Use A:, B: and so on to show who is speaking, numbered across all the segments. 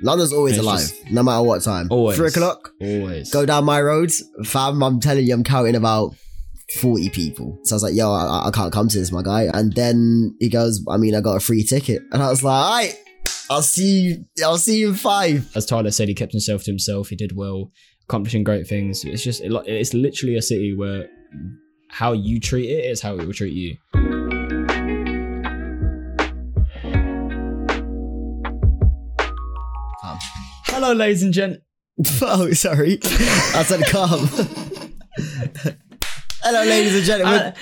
A: London's always
B: It's
A: alive,
B: just-
A: no matter what time.
B: Always.
A: Three o'clock,
B: Always.
A: go down my roads, fam. I'm telling you, I'm counting about 40 people. So I was like, yo, I, I can't come to this, my guy. And then he goes, I mean, I got a free ticket. And I was like, all right, I'll see you, I'll see you in five.
B: As Tyler said, he kept himself to himself. He did well, accomplishing great things. It's just, it, it's literally a city where how you treat it is how it will treat you.
A: Um.
B: Hello, ladies and gent.
A: Oh, sorry. I said come. Hello, ladies and gentlemen.
B: Uh,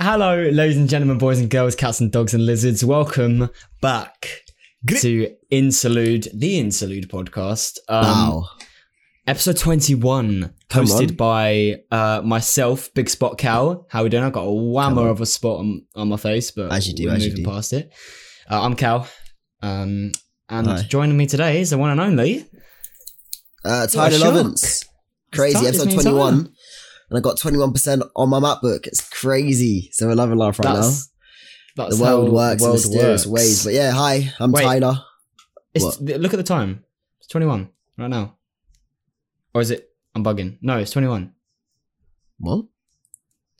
B: hello, ladies and gentlemen, boys and girls, cats and dogs and lizards. Welcome back to Insalude, the Insalude podcast. Um,
A: wow.
B: Episode 21,
A: Come
B: hosted
A: on.
B: by uh, myself, Big Spot Cow. How we doing? I've got a
A: Come on.
B: whammer of a spot on, on my face, but
A: As you do,
B: we're
A: as you
B: moving
A: do.
B: past it. Uh, I'm Cal. Um, and
A: Hi.
B: joining me today is the one and only.
A: Uh, Tyler
B: shock.
A: Lovins. Crazy.
B: Tyler,
A: Episode
B: it's me,
A: 21.
B: Tyler.
A: And I got 21% on my MacBook. It's crazy. So I love and laugh right now.
B: That's, that's
A: the
B: how
A: world works
B: the
A: in
B: world
A: mysterious
B: works.
A: ways. But yeah, hi, I'm
B: Wait.
A: Tyler.
B: It's th- look at the time. It's twenty one right now. Or is it? I'm bugging. No, it's twenty one.
A: What?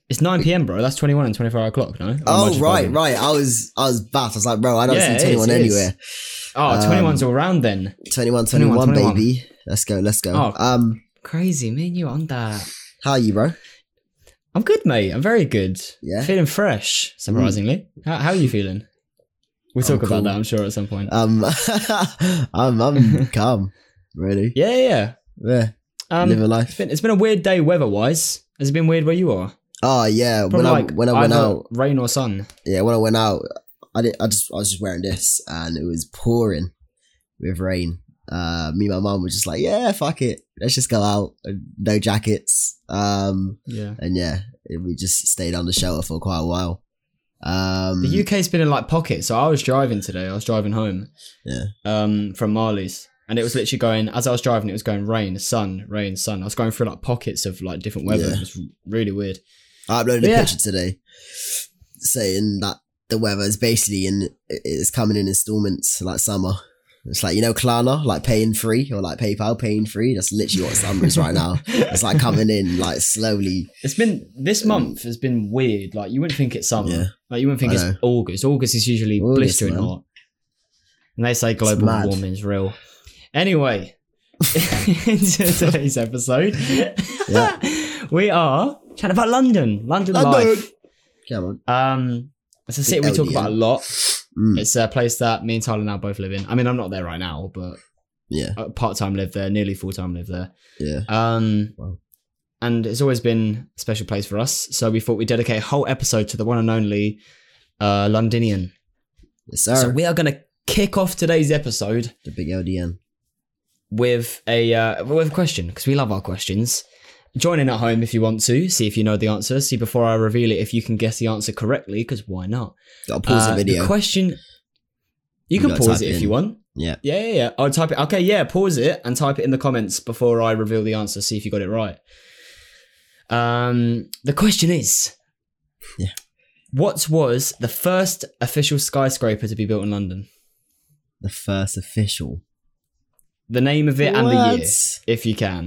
B: It's nine p.m., bro. That's twenty one and twenty four o'clock. No. Or am I
A: Oh
B: just
A: right,
B: bugging?
A: right. I was I was baffed. I was like, bro, I don't
B: Yeah,
A: see
B: it is,
A: 21
B: it is.
A: anywhere.
B: Oh, 21's
A: Um,
B: all round then.
A: 21, 21,
B: 21.
A: baby. Let's go, let's go.
B: Oh.
A: Um,
B: Crazy, me and you on that.
A: how are you, bro?
B: I'm good, mate. I'm very good.
A: Yeah? Hmm.
B: Feeling fresh, surprisingly. How, how are you feeling? We'll
A: I'm
B: talk about
A: cool.
B: that, I'm sure, at some point.
A: Um I'm I'm calm, really.
B: yeah, yeah.
A: Yeah.
B: yeah. Um,
A: living
B: it's
A: life.
B: been it's been a weird day weather wise. Has it been weird where you are?
A: Oh yeah.
B: Probably
A: When
B: like
A: I when I went
B: either
A: out
B: rain or sun.
A: yeah, when I went out, I did I just I was just wearing this and it was pouring with rain. Uh me and my mum were just like, Yeah, fuck it. Let's just go out. No jackets. Um
B: Yeah.
A: and yeah, it, we just stayed under shelter for quite a while. Um,
B: The UK's been in like pockets. So I was driving today. I was driving home.
A: Yeah.
B: Um, from Marley's, and it was literally going as I was driving. It was going rain, sun, rain, sun. I was going through like pockets of like different weather.
A: Yeah.
B: It was really weird.
A: I uploaded a
B: Yeah.
A: picture today saying that the weather is basically in it's coming in installments like summer. It's like you know Klarna, like paying free or like PayPal paying free. That's literally what summer is right now. It's like coming in like slowly.
B: It's been this month has been weird. Like you wouldn't think it's summer.
A: Um, Yeah.
B: Like you wouldn't think
A: I
B: it's
A: know.
B: August. August is usually
A: August,
B: blistering
A: man.
B: hot. And they say global
A: mad.
B: warming is real. Anyway, in today's episode,
A: Yeah.
B: we are chatting about London, London,
A: London.
B: life.
A: Come on.
B: Um, it's a city we talk about a lot.
A: Mm,
B: It's a place that me and Tyler now both live in. I mean, I'm not there right now, but
A: yeah,
B: part time live there, nearly full time live there.
A: yeah.
B: Um,
A: Wow.
B: and it's always been a special place for us. So we thought we'd dedicate a whole episode to the one and only uh, Londinian.
A: Yes, sir.
B: So we are going to kick off today's episode
A: the big LDN.
B: with a uh, with a question because we love our questions. Join in at home if you want to see if you know the answer. See before I reveal it if you can guess the answer correctly because why not?
A: Gotta pause
B: Uh,
A: the video.
B: question. You
A: You
B: can
A: gotta
B: pause
A: type
B: it
A: it
B: if
A: in.
B: you want.
A: Yeah.
B: Yeah, yeah, yeah. I'll type it. Okay, yeah, pause it and type it in the comments before I reveal the answer. See if you got it right. Um, the question is
A: Yeah.
B: What was the first official skyscraper to be built in London?
A: the first official.
B: The name of it and the year,
A: What?
B: if you can.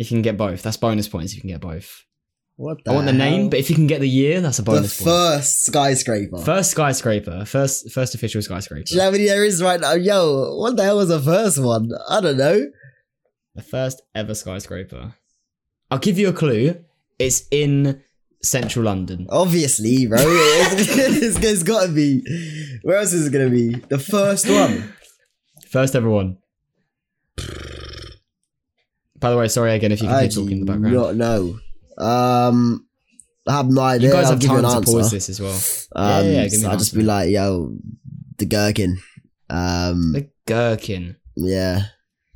B: If you can get both, that's bonus points if you can get both.
A: What
B: I want the name,
A: hell?
B: but if you can get the year, that's a
A: the
B: bonus point.
A: first skyscraper.
B: First skyscraper, first first official skyscraper.
A: Do you know how many there is right now? Yo, what the hell was the first one? I don't know.
B: The first ever skyscraper. I'll give you a clue. It's in central London.
A: Oh, Obviously, bro. it's, it's, it's gotta be. Where else is it gonna be? The first one.
B: First ever one. By the way, sorry again if you can
A: I
B: hear
A: do
B: talking in the background.
A: not know. Um, I have no idea.
B: you guys
A: I'll
B: have
A: give you
B: time
A: an
B: to
A: answer.
B: pause this as well. Yeah,
A: Um,
B: yeah, give me
A: so
B: an
A: I'll just
B: answer.
A: be like, yo, the gherkin. Um,
B: The gherkin.
A: yeah.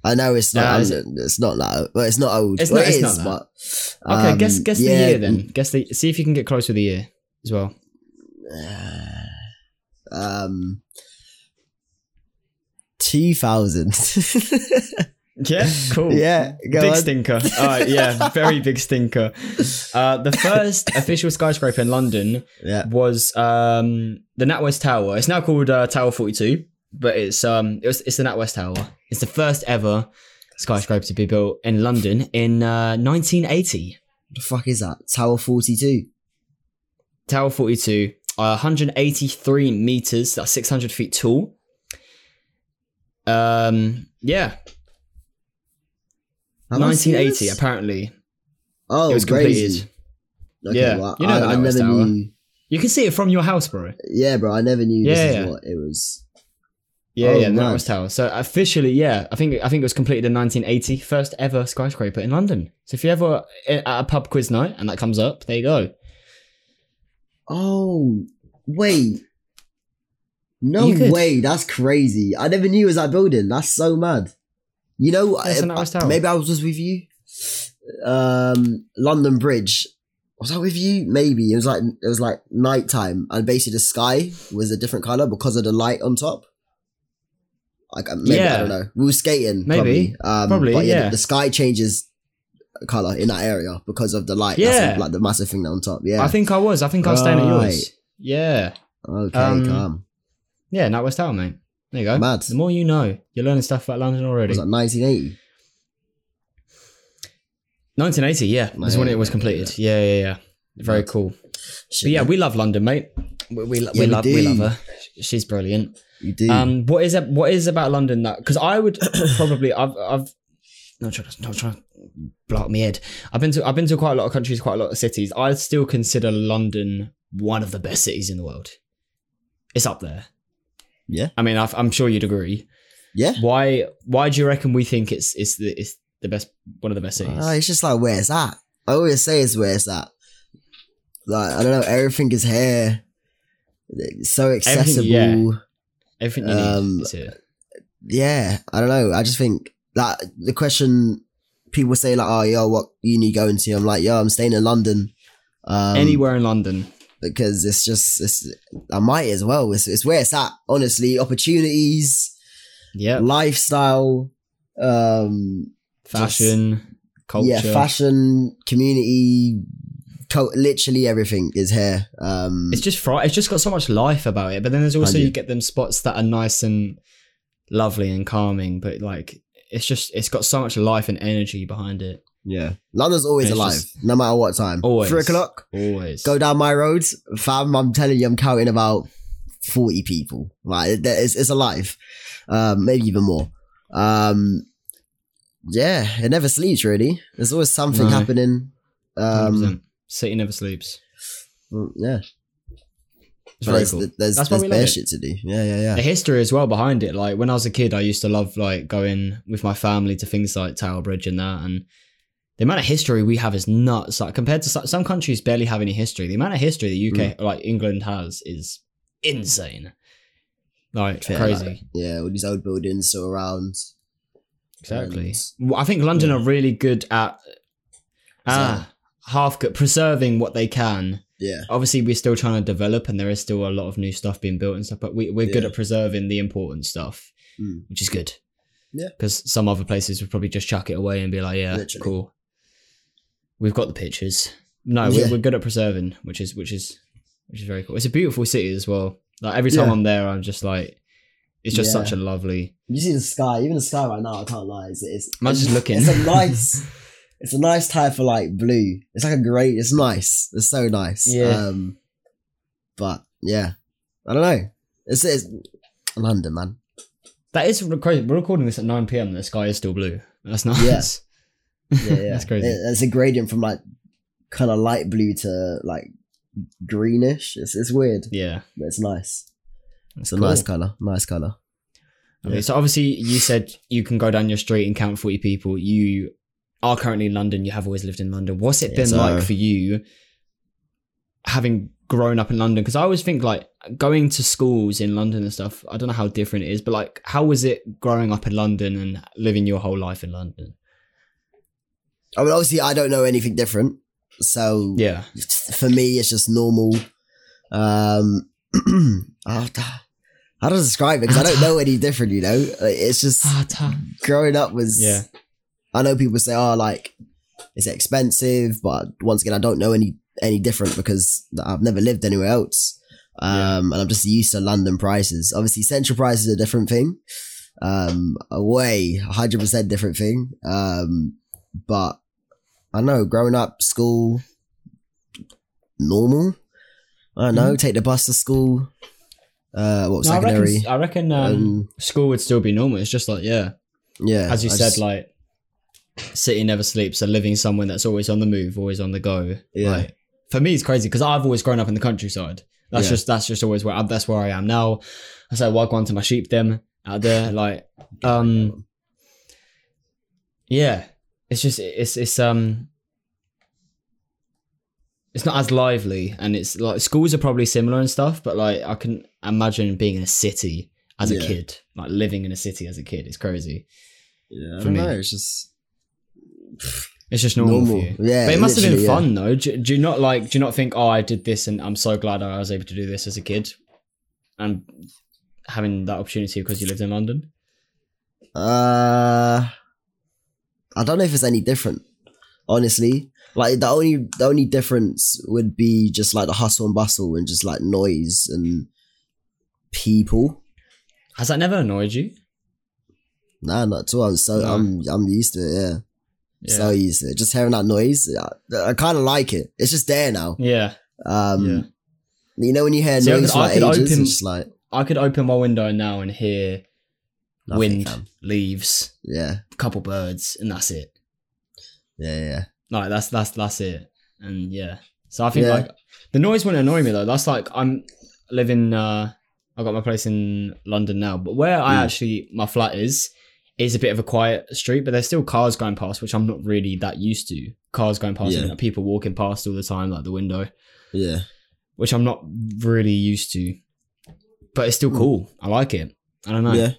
A: I know it's
B: Uh,
A: not.
B: is
A: it's not that. Well, it's not old.
B: It's
A: Well,
B: not-
A: it
B: it's not
A: is,
B: that.
A: but,
B: Okay,
A: um,
B: guess guess
A: yeah,
B: the year then. Guess the see if you can get close with the year as well.
A: um, 2000.
B: Yeah, cool.
A: yeah, go
B: big
A: on.
B: stinker. All right, yeah, very big stinker. Uh, the first official skyscraper in London
A: Yeah,
B: was um, the NatWest Tower. It's now called uh, Tower 42. but it's um it was, it's the NatWest Tower. It's the first ever skyscraper to be built in London in uh, 1980.
A: the fuck is that? Tower 42.
B: Tower 42, uh, 183 meters, that's 600 feet tall. Um, yeah,
A: Have I seen
B: 1980
A: this?
B: apparently.
A: Oh,
B: it was
A: crazy.
B: completed.
A: Okay,
B: Yeah,
A: well,
B: you know
A: I,
B: the
A: I
B: NatWest
A: never
B: Tower.
A: knew.
B: You can see it from your house, bro.
A: Yeah, bro, I never knew
B: Yeah,
A: this
B: yeah.
A: is what it was.
B: Yeah,
A: Oh,
B: yeah, the
A: right.
B: NatWest Tower. So officially, yeah, I think I think it was completed in 1980, first ever skyscraper in London. So if you ever eh, at a pub quiz night and that comes up, there you go.
A: Oh, wait. No
B: You could-
A: way, that's crazy. I never knew it was that building. That's so mad. You know,
B: it's
A: I-
B: a nice
A: I-
B: tower.
A: maybe I was with you. Um, London Bridge. Was I with you? Maybe it was like it was like nighttime, and basically the sky was a different color because of the light on top. Like uh, maybe I
B: Yeah.
A: don't know. We were skating,
B: Maybe.
A: probably. Um,
B: Probably,
A: but
B: yeah.
A: The, the sky changes color in that area because of the light. That's,
B: Yeah.
A: like the massive thing on top. Yeah,
B: I think I was. I think I was staying at
A: Right.
B: yours. Yeah,
A: Okay,
B: Um,
A: calm.
B: yeah, NatWest Tower, mate. There you go.
A: Mad.
B: The more you know, you're learning stuff about London already.
A: Was that 1980?
B: 1980, yeah, is when it was completed. Yeah, yeah, yeah. Very cool. But
A: Shit,
B: yeah, we love London, mate. We, we, lo-
A: Yeah,
B: we
A: we
B: love we
A: do.
B: love her. She's brilliant.
A: you do.
B: Um, what is ab- what is about London that? Because I would probably I've I've not trying not trying to block me head. I've been to I've been to quite a lot of countries, quite a lot of cities. I still consider London one of the best cities in the world. It's up there.
A: Yeah.
B: I mean, I've, I'm sure you'd agree.
A: yeah.
B: Why Why do you reckon we think it's it's the it's the best one of the best cities?
A: Uh, it's just like where it's at. I always say it's where it's at. Like I don't know, everything is here. It's so accessible.
B: yeah. Everything you need
A: um,
B: is here.
A: yeah, I don't know. I just think that the question people say like, "Oh, yo, what uni you going to?" I'm like, "Yo, I'm staying in London." Um,
B: Anywhere in London.
A: because it's just it's. I might as well. It's, it's where it's at. Honestly, opportunities,
B: Yeah.
A: lifestyle, um,
B: Fashion, culture.
A: yeah fashion community co- literally everything is here um
B: It's just fri- It's just got so much life about it. But then there's also
A: Hundred.
B: you get them spots that are nice and lovely and calming. But like, it's just it's got so much life and energy behind it.
A: yeah london's always
B: It's
A: alive
B: just-
A: no matter what time
B: Always.
A: three o'clock
B: Always.
A: go down my road fam i'm telling you i'm counting about 40 people right it- it's, it's alive um maybe even more um yeah it never sleeps really there's always something
B: No.
A: happening
B: 100%.
A: um
B: City never sleeps.
A: yeah
B: It's
A: But
B: very
A: there's
B: cool.
A: there's,
B: That's why
A: there's
B: we love
A: bare
B: it.
A: shit to do yeah yeah
B: The
A: yeah
B: history as well behind it. Like when I was a kid, I used to love like going with my family to things like Tower Bridge and that. And the amount of history we have is nuts. Like compared to so- some countries, barely have any history. The amount of history the
A: Mm.
B: UK, like England, has is insane. Like
A: Fair, like-
B: crazy.
A: yeah all these old buildings still around
B: Exactly.
A: And-
B: Um, Well, I think London are really good at ah, half good preserving what they can.
A: yeah
B: Obviously, we're still trying to develop, and there is still a lot of new stuff being built and stuff. But we, we're good
A: Yeah.
B: at preserving the important stuff,
A: Mm.
B: which is good.
A: Yeah.
B: because some other places would probably just chuck it away and be like, "Yeah,
A: Literally.
B: cool." We've got the pictures. No, we're,
A: Yeah.
B: we're good at preserving, which is which is which is very cool. It's a beautiful city as well. Like every time
A: Yeah.
B: I'm there, I'm just like, it's just
A: Yeah.
B: such a lovely.
A: You see the sky, even the sky right now. I can't lie. It's, it's
B: I'm just looking.
A: It's a nice, it's a nice type for like blue. It's like a great. It's nice. It's so nice.
B: Yeah.
A: Um, but yeah, I don't know. It's, it's London, man.
B: That is re- crazy. We're recording this at 9 p.m. The sky is still blue. That's nice.
A: Yeah. Yeah, yeah.
B: That's crazy.
A: It- it's a gradient from like kind of light blue to like greenish. It's it's weird,
B: Yeah.
A: but it's nice. It's
B: That's
A: a
B: cool.
A: nice color. Nice color.
B: Okay, so obviously you said you can go down your street and count 40 people. You are currently in London. You have always lived in London. What's it
A: Yeah,
B: been
A: so-
B: like for you having grown up in London? Because I always think like going to schools in London and stuff, I don't know how different it is, but like how was it growing up in London and living your whole life in London?
A: I mean, obviously, I don't know anything different. So
B: Yeah.
A: for me, it's just normal. Um, how to how to describe it? Because I don't know any different. You know, Like, it's just growing up was.
B: Yeah.
A: I know people say, "Oh, like it's expensive," but once again, I don't know any any different because I've never lived anywhere else. Um, and I'm just used to London prices. Obviously, central prices are a different thing. Um, a way, 100% different thing. Um, but I don't know, growing up, school, normal. I don't know, take the bus to school. Uh, what,
B: Mm-hmm. No, I
A: secondary?
B: reckon, I reckon um,
A: Um,
B: school would still be normal. It's just like, yeah,
A: yeah.
B: as you
A: I
B: said,
A: just-
B: like city never sleeps. So living somewhere that's always on the move, always on the go.
A: Yeah.
B: Like, for me, it's crazy because I've always grown up in the countryside. That's
A: Yeah.
B: just that's just always where I, that's where I am now. I say wagwan to my sheep them out there. Like, um, yeah, it's just it's it's um. It's not as lively, and it's like schools are probably similar and stuff. But like, I can imagine being in a city as a
A: Yeah.
B: kid, like living in a city as a kid. It's crazy.
A: yeah, I
B: for
A: don't
B: me.
A: know, it's just
B: It's just normal,
A: normal.
B: for you.
A: Yeah,
B: But it must have been
A: literally, yeah.
B: fun though. Do, do you not like? Do you not think? Oh, I did this, and I'm so glad I was able to do this as a kid, and having that opportunity because you lived in London.
A: Uh, I don't know if it's any different, honestly. Like the only the only difference would be just like the hustle and bustle and just like noise and people.
B: Has that never annoyed you?
A: Nah, not at all. I'm so
B: No.
A: I'm I'm used to it. Yeah, so used to it. Just hearing that noise, I, I kind of like it. It's just there now.
B: yeah.
A: Um,
B: Yeah.
A: you know when you hear
B: See, I
A: noise
B: could-
A: for
B: I
A: like
B: could
A: ages,
B: open-
A: it's just like
B: I could open my window now and hear
A: nothing,
B: wind,
A: fam.
B: leaves,
A: Yeah,
B: couple birds, and that's it.
A: yeah, yeah.
B: Like that's that's that's it. And yeah. So I think
A: Yeah.
B: like the noise wouldn't annoy me though. That's like I'm living uh I got my place in London now, but where I
A: Mm.
B: actually my flat is is a bit of a quiet street, but there's still cars going past, which I'm not really that used to. Cars going past,
A: Yeah.
B: and people walking past all the time, like the window,
A: yeah.
B: which I'm not really used to. But it's still
A: Mm.
B: cool. I like it. I don't know.
A: Yeah.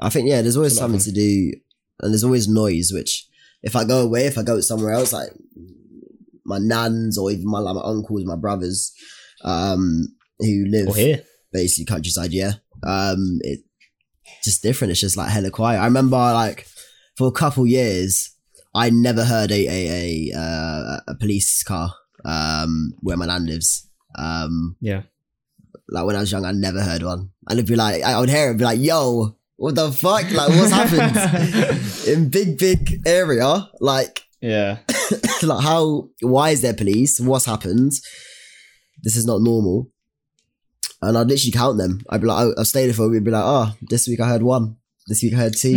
A: I think yeah, there's always
B: It's a lot of
A: something to do and there's always noise, which if I go away, if I go somewhere else, like my nans or even my like my uncles, my brothers, um, who live
B: Or here.
A: basically countryside, yeah. Um, it just different. It's just like hella quiet. I remember like for a couple years, I never heard a a a, uh, a police car um where my nan lives. Um,
B: Yeah.
A: like when I was young, I never heard one. And it'd be like, I would hear it and be like, yo, what the fuck? Like, what's happened? In big, big area, like,
B: yeah.
A: like how, why is there police? What's happened? This is not normal. And I'd literally count them. I'd be like, I- I've stayed here for a week, I'd be like, oh, this week I heard one. This week I heard two.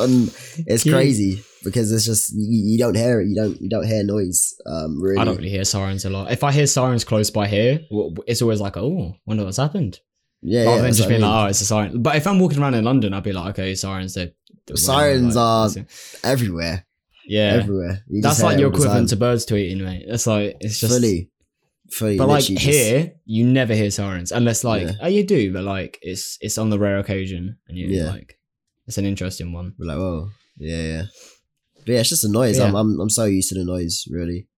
A: and it's
B: Cute.
A: crazy because it's just, you, you don't hear it. You don't, you don't hear noise, um, really.
B: I don't really hear sirens a lot. If I hear sirens close by here, w- w- it's always like, oh, wonder what's happened.
A: yeah,
B: Rather
A: yeah,
B: than
A: that's what
B: just
A: I
B: being
A: mean.
B: like, oh, it's a siren. But if I'm walking around in London, I'd be like, okay, sirens. They're, they're
A: Sirens
B: whatever,
A: are-
B: that's it.
A: everywhere,
B: "Ah." Yeah.
A: everywhere. You
B: That's
A: just hear
B: like
A: it
B: your
A: all the time.
B: equivalent to birds tweeting, mate. That's like, it's just.
A: fully, fully.
B: But like
A: literally just-
B: here, you never hear sirens unless like,
A: Yeah.
B: oh, you do, but like, it's it's on the rare occasion. And you
A: Yeah.
B: like, it's an interesting one.
A: we're like, oh, yeah, yeah. But yeah, it's just the noise. I'm,
B: Yeah.
A: I'm, I'm so used to the noise, really.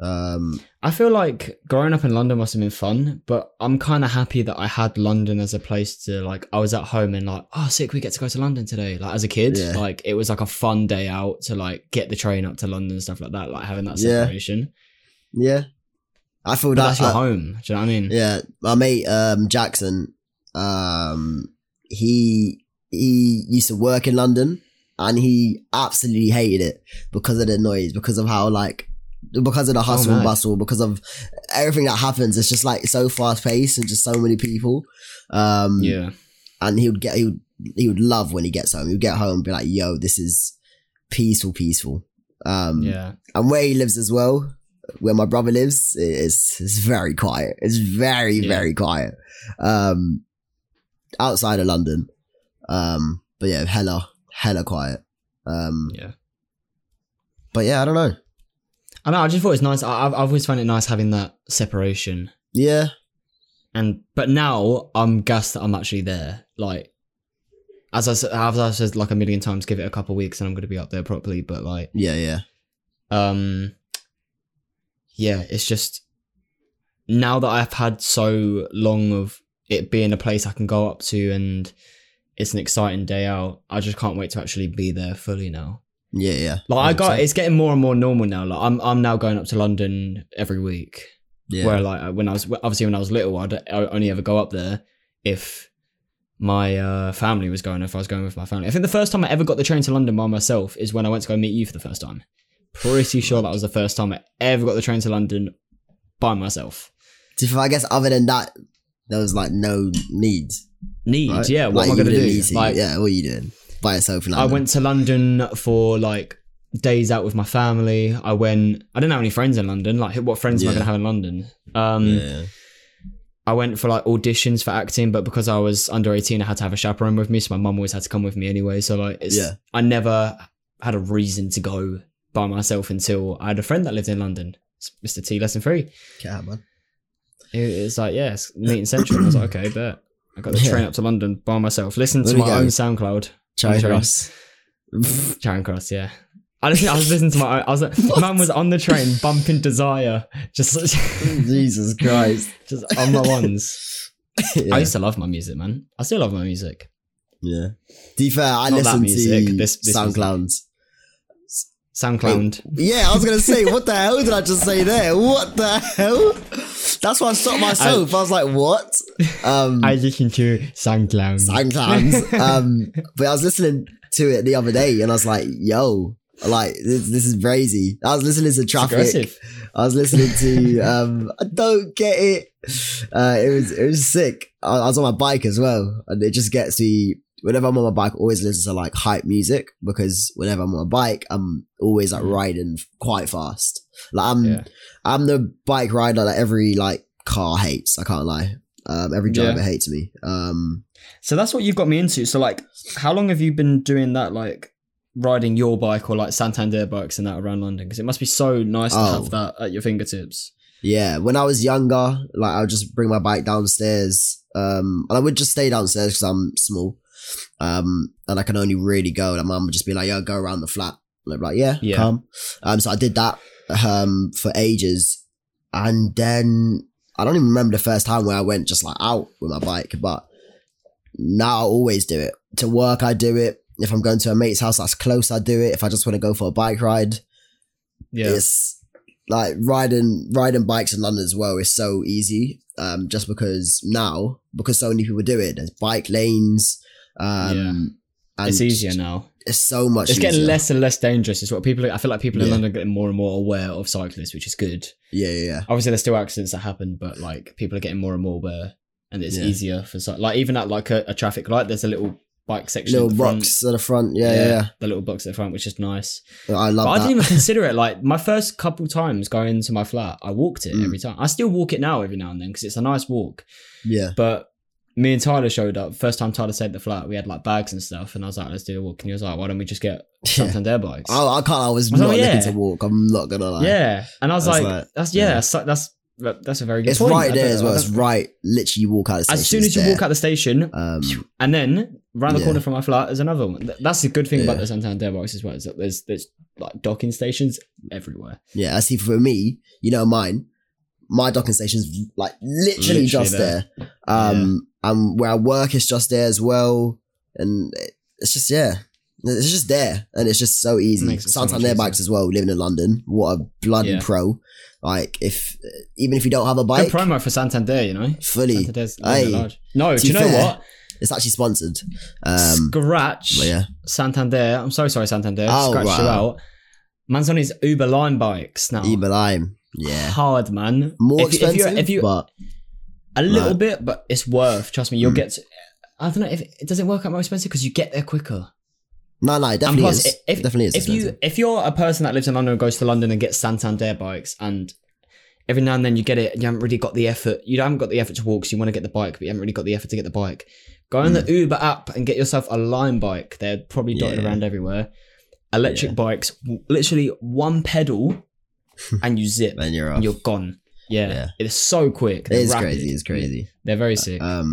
A: Um,
B: I feel like growing up in London must have been fun, but I'm kind of happy that I had London as a place to like. I was at home and like, oh, sick, we get to go to London today. Like as a kid,
A: Yeah.
B: like it was like a fun day out to like get the train up to London and stuff like that. Like having that
A: Yeah.
B: separation,
A: yeah, I feel
B: but
A: that.
B: that's your
A: uh,
B: home. Do you know what I mean?
A: yeah, my mate um, Jackson, um, he he used to work in London, and he absolutely hated it because of the noise, because of how like. Because of the hustle and
B: mad.
A: bustle, because of everything that happens, it's just like so fast paced and just so many people. Um,
B: Yeah.
A: and he would get he would he would love when he gets home. He'd get home and be like, "Yo, this is peaceful, peaceful." Um,
B: yeah.
A: And where he lives as well, where my brother lives, it's it's very quiet. It's very
B: Yeah.
A: very quiet. Um, outside of London, um, but yeah, hella hella quiet. Um,
B: Yeah.
A: but yeah, I don't know.
B: I know. I just thought it was nice. I, I've I've always found it nice having that separation.
A: Yeah,
B: and but now I'm gassed that I'm actually there. Like as I s- as I said like a million times, give it a couple weeks and I'm gonna be up there properly. But like
A: yeah, yeah,
B: um, yeah, it's just now that I've had so long of it being a place I can go up to and it's an exciting day out. I just can't wait to actually be there fully now.
A: yeah, yeah.
B: Like I got
A: 100%.
B: it's getting more and more normal now. Like I'm I'm now going up to London every week
A: Yeah.
B: Where like I- when I was obviously when I was little, I'd I only ever go up there if my uh, family was going. If I was going with my family, I think the first time I ever got the train to London by myself is when I went to go meet you for the first time. Pretty sure that was the first time I ever got the train to London by myself.
A: To- I guess other than that, there was like no need.
B: Need,
A: right?
B: yeah. What
A: Like,
B: am I
A: you
B: gonna
A: didn't
B: do?
A: need to-
B: Like,
A: yeah, what are you doing by yourself? In
B: I
A: London?
B: went to London for like days out with my family. I went. I didn't have any friends in London. Like, what friends am I
A: Yeah.
B: gonna have in London? Um,
A: Yeah.
B: I went for like auditions for acting, but because I was under 18, I had to have a chaperone with me. So my mum always had to come with me anyway. So like, it's,
A: Yeah.
B: I never had a reason to go by myself until I had a friend that lived in London, It's Mr. T lesson three.
A: Yeah, man.
B: It, it's like, yeah, it's meeting central. I was like, okay, bet. I got the
A: Yeah.
B: train up to London by myself. Listen
A: Where
B: to
A: we
B: my
A: go?
B: own SoundCloud.
A: Charing
B: Charing
A: Cross.
B: Charing Cross, yeah. I, listen, I was listening to my own. I was like, man was on the train bumping Desire, just,
A: Jesus Christ.
B: just on my ones. I
A: yeah.
B: used to love my music, man. I still love my music.
A: yeah. To be fair, I
B: Not that
A: listen
B: music,
A: to
B: this- this
A: SoundCloud.
B: SoundCloud.
A: Yeah, I was gonna say, what the hell did I just say there? What the hell? That's why I stopped myself. I, was like, what? Um,
B: I listen to SoundCloud.
A: sometimes. um, but I was listening to it the other day, and I was like, yo, like this, this is crazy. I was listening to
B: It's
A: traffic.
B: aggressive.
A: I was listening to um I don't get it. Uh it was it was sick. I, I was on my bike as well. And it just gets me whenever I'm on my bike, I always listen to like hype music because whenever I'm on a bike, I'm always like riding quite fast. Like I'm
B: Mm. Yeah.
A: I'm the bike rider that every like car hates, I can't lie. Um every driver
B: Yeah.
A: hates me. Um
B: So that's what you've got me into. So like, how long have you been doing that? Like riding your bike or like Santander bikes and that around London? Because it must be so nice to
A: Oh.
B: have that at your fingertips.
A: Yeah, when I was younger, like I would just bring my bike downstairs. Um, and I would just stay downstairs because I'm small. Um, and I can only really go. And my mum would just be like, "Yo, go around the flat." And I'd be like, "Yeah,
B: Yeah.
A: come." Um, so I did that um for ages, and then I don't even remember the first time where I went just like out with my bike. But now I always do it to work. I do it if I'm going to a mate's house that's close. I do it if I just want to go for a bike ride
B: Yeah.
A: it's like riding riding bikes in London as well is so easy. Um, just because now because so many people do it, there's bike lanes. Um, and
B: It's easier now.
A: It's so much.
B: It's getting
A: easier.
B: less and less dangerous. Is what people. I feel like people in
A: Yeah.
B: London are getting more and more aware of cyclists, which is good.
A: Yeah, yeah, yeah.
B: Obviously, there's still accidents that happen, but like people are getting more and more aware, and it's
A: Yeah.
B: easier for cy- like even at like a, a traffic light, there's a little bike section. at
A: Little
B: the front.
A: rocks at the front. Yeah, yeah.
B: The little box at the front, which is nice.
A: yeah. I love
B: But I
A: that.
B: didn't even consider it. Like my first couple times going to my flat, I walked it
A: Mm.
B: every time. I still walk it now every now and then because it's a nice walk.
A: yeah,
B: But me and Tyler showed up. First time Tyler stayed at the flat, we had like bags and stuff, and I was like, "Let's do a walk." And he was like, "Why don't we just get
A: yeah.
B: Santander bikes?"
A: I, I can't. I was
B: I
A: not
B: was like, "Oh,
A: looking
B: yeah.
A: to walk. I'm not gonna lie.
B: yeah, and I was
A: That's
B: like,
A: like-
B: "That's yeah,
A: yeah.
B: That's, that's that's a very good."
A: it's
B: point.
A: right
B: I
A: there
B: don't-
A: as
B: I
A: well.
B: don't-
A: It's right. Literally, you walk out. The
B: As soon as you walk out the station,
A: out, um,
B: and then round the
A: Yeah.
B: corner from my flat is another one. Th- That's the good thing about
A: Yeah.
B: the Santander bikes as well. Is that there's there's like docking stations everywhere.
A: Yeah, I see. For me, you know, mine, my docking station's like literally,
B: Literally
A: just
B: there.
A: there. Um, and where I work is just there as well. And it- it's just yeah, it's just there, and it's just so easy.
B: Makes it so much
A: Santander
B: easier.
A: bikes as well. Living in London, what a bloody
B: Yeah.
A: pro! Like if even if you don't have a bike,
B: Good promo for Santander, you know.
A: fully,
B: Santander's
A: Aye.
B: large. No,
A: To
B: do you
A: be
B: know
A: fair,
B: what?
A: it's actually sponsored. Um,
B: Scratch
A: but yeah,
B: Santander. I'm so sorry, Santander.
A: Oh,
B: Scratch you
A: wow.
B: out. Man's on his Uber Line bikes now.
A: Eber Lime, yeah,
B: Hard man.
A: more
B: Oh. If you- if
A: expensive,
B: you're- if you-
A: but
B: a little
A: No.
B: bit, but it's worth. Trust me, you'll
A: Mm.
B: get. To, I don't know if it doesn't work out more expensive because you get there quicker.
A: no, no, it definitely
B: plus,
A: is.
B: i- if-
A: definitely is.
B: if you
A: expensive.
B: if you're a person that lives in London and goes to London and gets Santander bikes and every now and then you get it and you haven't really got the effort you haven't got the effort to walk so you want to get the bike but you haven't really got the effort to get the bike go on the Uber app and get yourself a Lime bike they're probably dotted
A: Mm. Yeah.
B: around everywhere electric
A: Yeah.
B: bikes w- literally one pedal and you zip
A: then you're
B: and
A: off.
B: you're gone yeah,
A: Yeah.
B: it's so quick
A: it
B: they're
A: is
B: rapid.
A: crazy. It's crazy.
B: they're very sick
A: Um,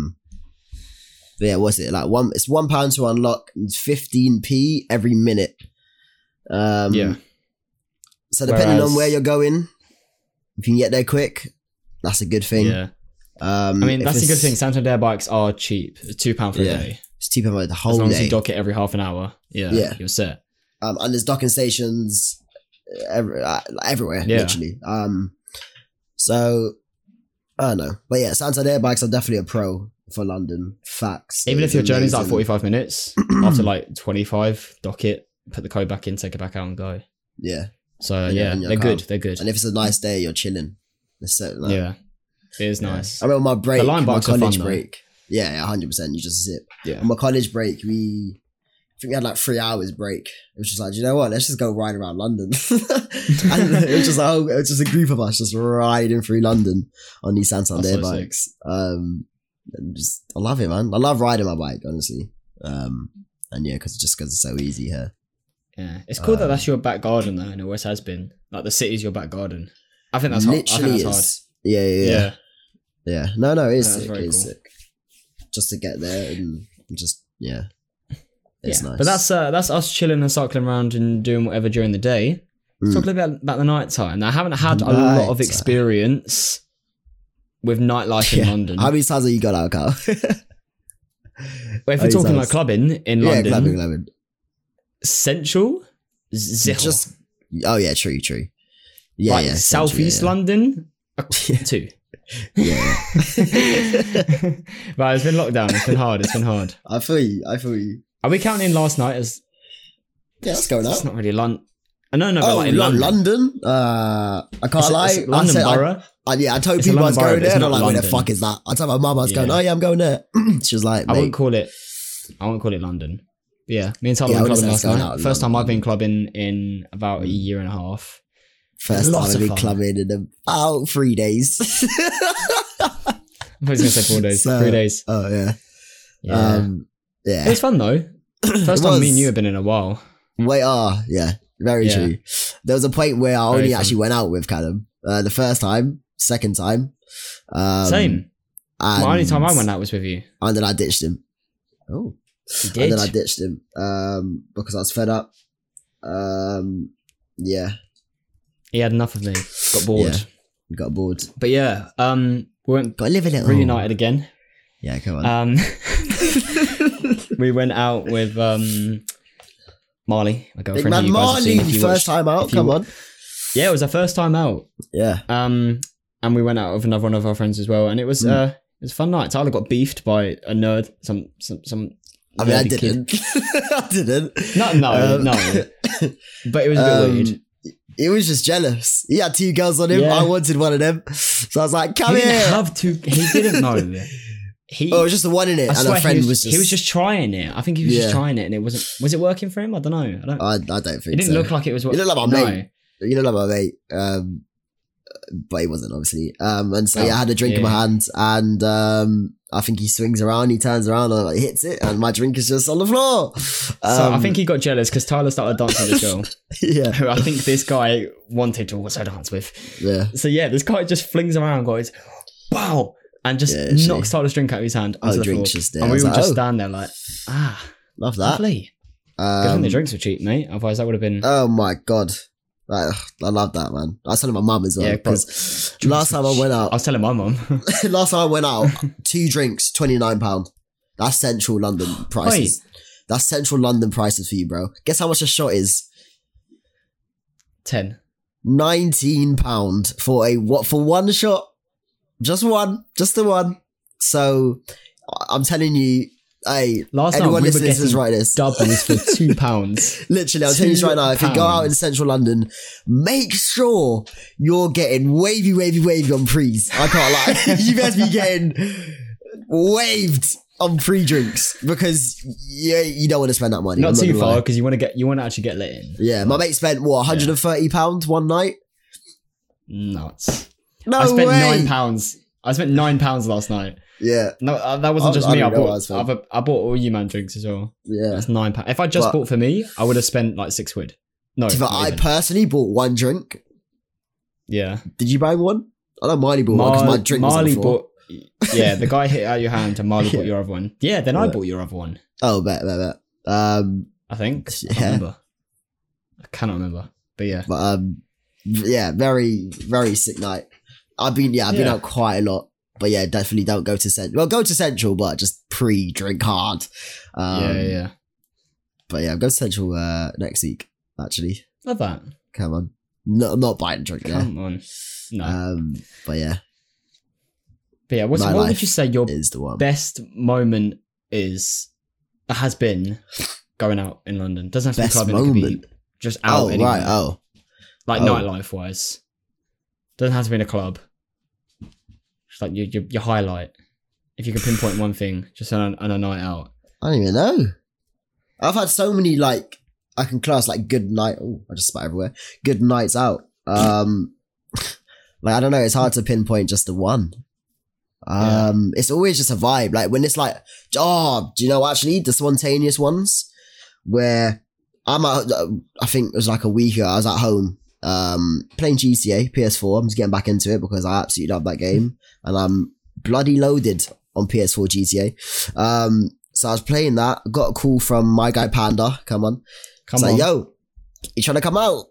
A: but yeah, what's it like? One, it's one pound to unlock, fifteen p every minute. Um,
B: yeah
A: So depending
B: Whereas-
A: on where you're going, if you can get there quick, that's a good thing.
B: yeah
A: Um,
B: I mean
A: if
B: that's a good
A: it's-
B: thing Santander bikes are cheap it's two pound for a
A: Yeah.
B: day
A: It's cheaper for the
B: as
A: whole
B: long as
A: day.
B: you dock it every half an hour, yeah,
A: Yeah.
B: you're set.
A: um, and there's docking stations every, uh, everywhere,
B: Yeah.
A: literally. Um, so I don't know. But yeah, Santander bikes are definitely a pro for London. Facts.
B: Even
A: It
B: if
A: is
B: your journey's like
A: amazing.
B: 45 minutes, after like 25, dock it, put the code back in, take it back out and go.
A: Yeah.
B: So
A: In your-
B: yeah,
A: in your
B: they're good.
A: car.
B: They're good.
A: And if it's a nice day, you're chilling. It's so like,
B: Yeah. It is nice.
A: I remember my break,
B: The line
A: my
B: bikes are fun,
A: college
B: though.
A: break. Yeah, yeah, 100%. You just zip.
B: Yeah.
A: On my college break, we, I think we had like three hours break. It was just like, you know what? Let's just go ride around London. and it was just a whole, it was just a group of us just riding through London on these Santander
B: That's so sick.
A: bikes. Um, and just, I love it, man. I love riding my bike, honestly. Um, and yeah, because just because it's so easy here.
B: Yeah. It's cool that
A: Um,
B: that's your back garden though, and it always has been. Like the city's your back garden. I think that's hard. I think that's hard.
A: it's- Yeah, yeah, yeah,
B: Yeah.
A: yeah. No, no, it's
B: That's
A: sick.
B: very
A: It's
B: cool.
A: sick. Just to get there and just yeah,
B: Yeah.
A: it's nice.
B: But that's uh, that's us chilling and cycling around and doing whatever during the day. Let's
A: Mm.
B: Talk a little bit about the night time. Now, I haven't had a lot of
A: Nighttime.
B: experience with nightlife in
A: Yeah.
B: London.
A: how many times have you got out, Carl?
B: but if
A: Oh,
B: you're talking
A: sounds-
B: like clubbing in
A: yeah,
B: London,
A: clubbing, clubbing.
B: central, zero.
A: Just oh yeah, true, true. Yeah,
B: like
A: yeah, central,
B: southeast
A: yeah,
B: London, a- two.
A: yeah. Yeah,
B: right, it's been lockdown. It's been hard. It's been hard.
A: I feel you. I feel you.
B: Are we counting last night as?
A: Yeah, that's going
B: It's
A: up.
B: not really London. No, no, but
A: Oh,
B: like in
A: Lo-
B: London.
A: London. Uh, I can't
B: It's a-
A: lie.
B: it's a
A: I
B: London
A: said, I,
B: borough.
A: I, yeah, I told
B: It's a
A: people I was going
B: London borough, but it's
A: there, and I'm
B: not
A: like, where the
B: London.
A: fuck is that? I told my mum I was going.
B: Yeah.
A: Oh yeah, I'm going there. she was like,
B: I
A: mate,
B: wouldn't call it. I wouldn't call it London. But yeah, me and Tom
A: Yeah, I
B: went
A: wouldn't
B: clubbing
A: say
B: last
A: it's going
B: night.
A: out in
B: First time I've
A: London. Mm.
B: been clubbing in about a year and a half.
A: first time
B: lots
A: I've
B: of
A: been
B: fun.
A: clubbing in about three days.
B: I was gonna say four days,
A: So,
B: three days.
A: oh yeah,
B: Yeah.
A: um,
B: it
A: yeah.
B: was fun though. First
A: It
B: time me and
A: was-
B: you have been in a while.
A: Wait, ah, yeah, very
B: Yeah.
A: true. There was a point where I
B: Very
A: only
B: fun.
A: actually went out with Callum uh, the first time, second time. Um,
B: Same.
A: And,
B: My only time I went out was with you.
A: and then I ditched him. Oh,
B: You
A: and
B: did.
A: then I ditched him um, because I was fed up. Um, yeah,
B: He had enough of me. Got bored.
A: Yeah. got bored.
B: But yeah, um, we went
A: Got to live a little.
B: reunited again.
A: Yeah, come on.
B: Um, we went out with um, Marley, my girlfriend.
A: Big man
B: who you guys have
A: Marley,
B: seen if you
A: first
B: watched-
A: time out.
B: if you
A: Come
B: wa-
A: on.
B: Yeah, it was our first time out.
A: Yeah.
B: Um, and we went out with another one of our friends as well, and it was
A: Mm.
B: uh, it was a fun night. Tyler got beefed by a nerd, some some some.
A: I mean, I
B: nerdy kid.
A: didn't. I didn't.
B: No, no,
A: Um,
B: no. But it was a bit
A: Um,
B: weird.
A: He was just jealous. He had two girls on him.
B: Yeah.
A: I wanted one of them. So I was like,
B: He
A: come
B: didn't
A: here.
B: have to. He didn't know. He.
A: oh, it was just the one in it.
B: I
A: and
B: swear
A: a friend
B: he was,
A: was, just.
B: he was just trying it. I think he was
A: Yeah.
B: just trying it, and it wasn't. Was it working for him? I don't know. I don't.
A: I, I don't think
B: it didn't
A: so.
B: look like it was.
A: He
B: working.
A: looked like my
B: no.
A: mate. You know, like my mate. Um, but he wasn't, obviously. Um, and so,
B: Oh,
A: yeah, I had a drink in my
B: yeah.
A: hand. And um, I think he swings around, he turns around, and like, hits it. And my drink is just on the floor.
B: So I
A: Um,
B: think he got jealous because Tyler started dancing with this girl,
A: Yeah.
B: who I think this guy wanted to also dance with.
A: Yeah.
B: So yeah, this guy just flings around, goes, "Wow!" and just
A: Yeah, actually.
B: knocks Tyler's drink out of his hand
A: Oh,
B: onto the floor.
A: drink's just there.
B: And
A: I
B: we
A: was
B: all
A: like,
B: just
A: oh,
B: stand there like, "Ah,
A: love that.
B: lovely." Good
A: Um,
B: thing the drinks were cheap, mate. Otherwise, that would have been.
A: Oh my god. Like, ugh, I love that man. I said to my mum as well
B: Yeah, bro.
A: because last time I went
B: I
A: out,
B: was telling my mum.
A: last time I went out, two drinks, twenty nine pound. That's central London prices. That's central London prices for you, bro. Guess how much a shot is?
B: Ten.
A: Nineteen pound for a what for one shot? Just one, just the one. So I- I'm telling you, hey,
B: Last night we
A: anyone
B: were
A: listening to this
B: getting
A: right this.
B: doubles for two pounds.
A: Literally, I'll tell you this right now. If you go out in central London, make sure you're getting wavy, wavy, wavy on pre's. I can't lie. you guys be getting waved on pre drinks because yeah, you don't want to spend that money. I'm
B: Not too
A: gonna
B: far
A: lie.
B: because you want to get you want to actually get lit in.
A: Yeah, my mate spent what 130 pounds one night.
B: Nuts.
A: No
B: I spent
A: way.
B: nine pounds. I spent nine pounds last night.
A: yeah,
B: No, uh, that wasn't
A: I-
B: just
A: I
B: me. I
A: don't know what I
B: bought.
A: spent.
B: I've, I bought all you man drinks as well.
A: yeah.
B: That's nine pounds. If I just
A: But-
B: bought for me, I would have spent like six quid. No,
A: But
B: not
A: I
B: even.
A: personally bought one drink.
B: yeah.
A: Did you buy one? I know Marley bought one because my
B: Mar-
A: drink was on
B: Marley
A: the floor.
B: bought. Yeah, the guy hit out your hand, and Marley
A: Yeah.
B: bought your other one. Yeah, then I
A: Yeah.
B: bought your other one.
A: Oh, bet, bet, bet. Um,
B: I think. I
A: Yeah.
B: can't remember. I cannot remember. But yeah,
A: But um, yeah, very very sick night. I've been yeah, I've been
B: Yeah.
A: out quite a lot. But yeah, definitely don't go to central. Well, go to central, but just pre-drink hard. Um,
B: yeah, yeah.
A: But yeah, I'm going to central uh, next week. Actually,
B: Love that.
A: come on, no, I'm not buying a drink there.
B: Come on. No.
A: Um, but yeah,
B: But yeah, what's,
A: Uh, My
B: what
A: life
B: would you say your
A: is the one.
B: best moment is has been going out in London? Doesn't have to
A: Best
B: be clubbing. it could be
A: moment?
B: just out.
A: Oh
B: anywhere.
A: right. Oh,
B: like
A: oh.
B: nightlife wise. Doesn't have to be in a club. Just like your your, your highlight. If you can pinpoint one thing, just on a, on a night out.
A: I don't even know. I've had so many like I can class like good night. Oh, I just spat everywhere. Good nights out. Um, like I don't know. It's hard to pinpoint just the one. Um, it's always just a vibe. Like when it's like, oh, do you know actually the spontaneous ones where I'm at. I think it was like a week ago. I was at home. Um, playing GCA PS4. I'm just getting back into it because I absolutely love that game, and I'm bloody loaded on PS4 GTA. Um, so I was playing that. Got a call from my guy Panda. Come on,
B: Come
A: it's
B: on,
A: like, yo, you trying to come out?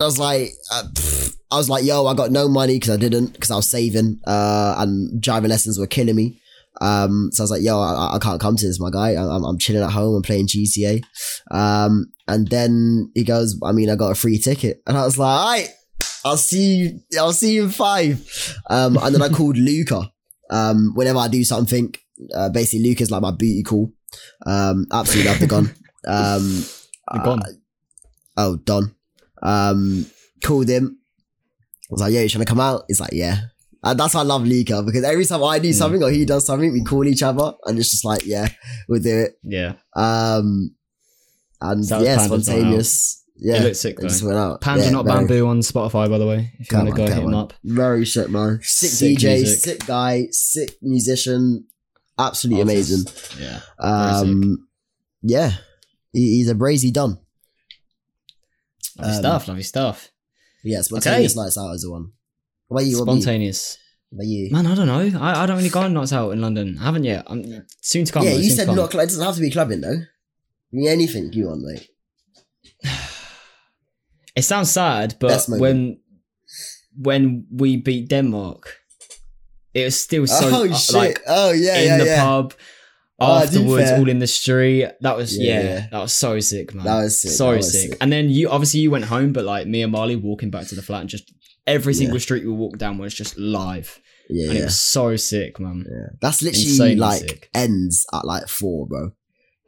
A: I was like, uh, pff, I was like, yo, I got no money because I didn't because I was saving, uh, and driving lessons were killing me. Um, so I was like, yo, I, I can't come to this, my guy. I, I'm, I'm chilling at home. I'm playing GTA. Um, and then he goes, I mean, I got a free ticket, and I was like, all right, I'll see you. I'll see you in five. Um, and then I called Luca. Um, whenever I do something, uh, basically Luca's like my booty call. Um, absolutely love the gun. Um,
B: The gun.
A: oh Don, um, called him. I was like, "Yeah, you trying to come out?" He's like, "Yeah." And that's why I love Luca because every time I do
B: Mm.
A: something or he does something, we call each other and it's just like, "Yeah, we'll do it."
B: yeah,
A: Um, and
B: So that was
A: yeah,
B: Panda's not out.
A: spontaneous. Yeah,
B: it looks sick
A: it
B: though.
A: just went out.
B: Panda
A: Yeah,
B: not
A: very-
B: bamboo on Spotify by the way. If you
A: Come
B: want to go
A: on,
B: hit
A: come
B: him
A: on.
B: up.
A: Very sick, man. Sick,
B: Sick
A: DJ,
B: music.
A: sick guy, sick musician. Absolutely
B: Artist.
A: amazing.
B: Yeah.
A: Um, yeah, he, he's a brazy Don.
B: Lovely
A: Um,
B: stuff, lovely stuff.
A: Yeah, spontaneous
B: Okay.
A: nights out is the one. What about you? What about you?
B: Spontaneous.
A: What about you?
B: Man, I don't know. I, I don't really go on nights out in London. I haven't yet. I'm soon to come.
A: yeah,
B: though,
A: you
B: soon to
A: said
B: come.
A: not. Cl- it doesn't have to be clubbing though. I mean, anything you want, mate.
B: It sounds sad, but
A: Best moment.
B: when when we beat Denmark, it was still so
A: oh
B: uh,
A: shit!
B: like
A: oh yeah,
B: in
A: yeah,
B: the
A: yeah.
B: pub
A: Oh, to be
B: afterwards,
A: fair.
B: all in the street. That was
A: Yeah,
B: yeah,
A: yeah.
B: that was so sick, man.
A: That was sick,
B: so
A: that was
B: sick.
A: sick.
B: And then you obviously you went home, but like me and Marley walking back to the flat and just every
A: Yeah.
B: single street we walked down was just live,
A: yeah,
B: and it
A: yeah.
B: was so sick, man.
A: yeah. That's literally
B: insanely
A: like
B: sick.
A: ends at like four, bro.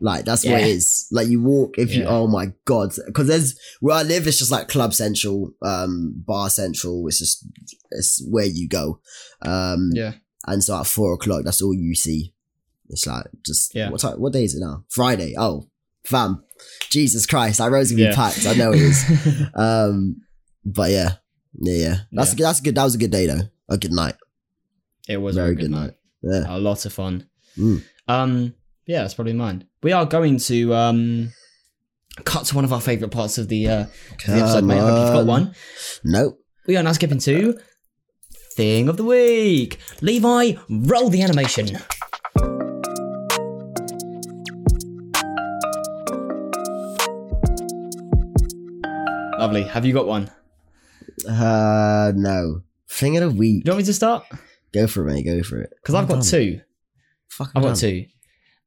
A: Like that's what
B: Yeah.
A: it is. Like you walk if you.
B: Yeah.
A: Oh my god! Because there's where I live. It's just like club central, um, bar central. It's just it's where you go. Um,
B: Yeah,
A: and so at four o'clock, that's all you see. It's like just
B: Yeah.
A: what time? What day is it now? Friday. Oh, fam, Jesus Christ! That road's gonna be
B: Yeah.
A: packed. I know it is. Um, but yeah, yeah, yeah. That's
B: Yeah.
A: good. That's good. That was a good day though. A good night.
B: it was a
A: Very good night. Yeah.
B: a lot of fun.
A: Mm.
B: Um, yeah, that's probably mine. We are going to um, cut to one of our favourite parts of the, uh, of the episode,
A: Come
B: mate. I hope you've got
A: on.
B: one.
A: Nope.
B: We are now skipping to thing of the week. Levi, roll the animation. Lovely. Have you got one?
A: Uh, no. Thing of the week.
B: Do you want me to start?
A: Go for it, mate. Go for it.
B: Because I've
A: Well
B: got
A: done.
B: two.
A: Fuck.
B: I've
A: done.
B: got two.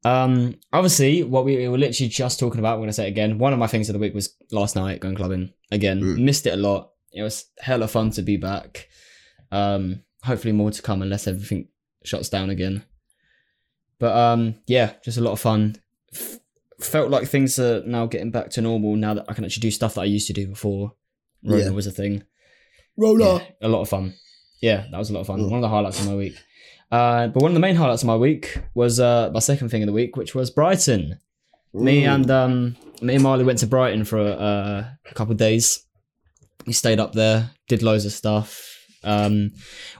B: Um, obviously, what we, we were literally just talking about, we're going to say it again. One of my things of the week was last night going clubbing again.
A: Mm.
B: Missed it a lot. It was hella fun to be back. Um, hopefully, more to come unless everything shuts down again. But um, yeah, just a lot of fun. F- felt like things are now getting back to normal now that I can actually do stuff that I used to do before Rona
A: Yeah.
B: was a thing.
A: Roller.
B: Yeah, a lot of fun. Yeah, that was a lot of fun.
A: Mm.
B: One of the highlights of my week. Uh, but one of the main highlights of my week was uh, my second thing of the week, which was Brighton. Me
A: Mm.
B: and um, me and Marley went to Brighton for uh, a couple of days. We stayed up there, did loads of stuff. Um,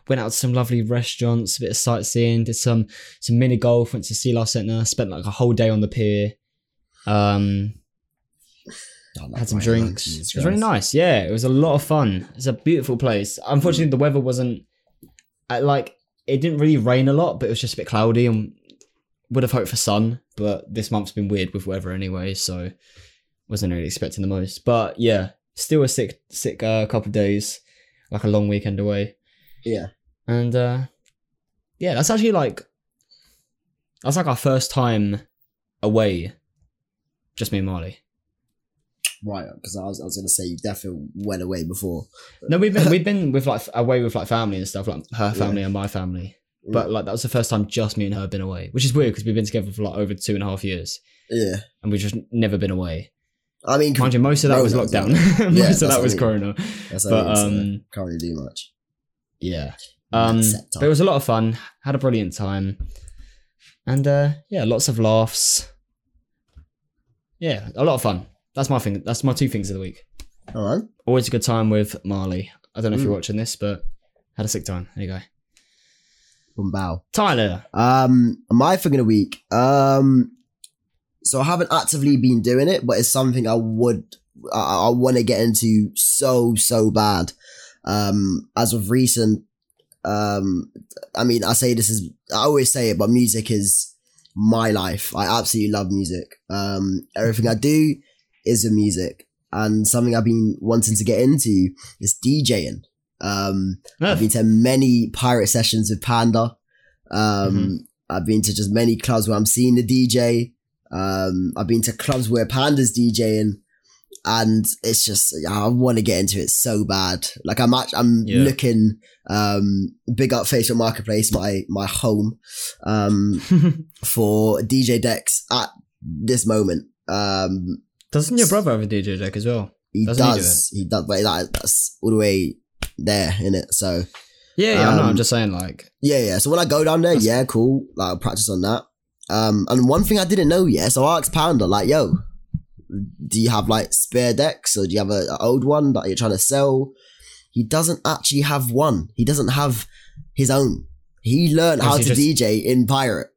B: went out to some lovely restaurants, a bit of sightseeing, did some some mini golf, went to Sea Life Centre, spent like a whole day on the pier. Um,
A: I like
B: had some
A: my
B: drinks.
A: lunch,
B: It was really nice. Yeah, it was a lot of fun. It's a beautiful place. Unfortunately, the weather wasn't I, like it didn't really rain a lot, but it was just a bit cloudy and would have hoped for sun. But this month's been weird with weather anyway, so wasn't really expecting the most. But yeah, still a sick, sick uh, couple of days, like a long weekend away.
A: Yeah.
B: And uh yeah, that's actually like that's like our first time away, just me and Marley.
A: Right, because I was, I was gonna say you definitely went away before.
B: No, we've been we've been with like away with like family and stuff, like her
A: Yeah. Mm.
B: family and my family. But like that was the first time just me and her had been away, which is weird because we've been together for like over two and a half years
A: Yeah.
B: and we've just never been away.
A: I mean,
B: Mind you, most of that was
A: Corona,
B: lockdown. most
A: Yeah,
B: of
A: that's
B: that
A: what
B: was
A: I mean.
B: Corona.
A: that's what
B: But
A: I mean, so
B: um,
A: can't really do much.
B: yeah, um,
A: Except
B: but it was a lot of fun. Had a brilliant time, and uh, yeah, lots of laughs. Yeah, a lot of fun. That's my thing. That's my two things of the week.
A: All right.
B: Always a good time with Marley. I don't know if you're
A: Mm.
B: watching this, but had a sick time. There you go,
A: From Bow.
B: Tyler.
A: Um, my thing of the week. Um, so I haven't actively been doing it, but it's something I would, I, I want to get into so so bad. Um, as of recent, um, I mean, I say this is, I always say it, but music is my life. I absolutely love music. Um, everything I do is with music, and something I've been wanting to get into is DJing. Um, I've been to many pirate sessions with Panda. Um,
B: Mhm.
A: I've been to just many clubs where I'm seeing the DJ. Um, I've been to clubs where Panda's DJing, and it's just I want to get into it so bad. Like I'm, act- I'm
B: Yeah.
A: looking um, big up Facebook Marketplace, my my home. Um, for DJ decks at this moment. Um,
B: Doesn't your brother have a DJ deck as well?
A: he
B: Doesn't he do
A: does, he, does, but that, that's all the way there in it. So
B: Yeah, yeah. I know.
A: Um,
B: Oh, I'm just saying, like,
A: yeah, yeah. So when I go down there, yeah, cool. Like I'll practice on that. Um, and one thing I didn't know, yeah. So I asked Pounder, like, yo, do you have like spare decks or do you have a, a old one that you're trying to sell? He doesn't actually have one. He doesn't have his own. He learned
B: Oh,
A: how
B: so
A: to
B: he just-
A: DJ in Pirate.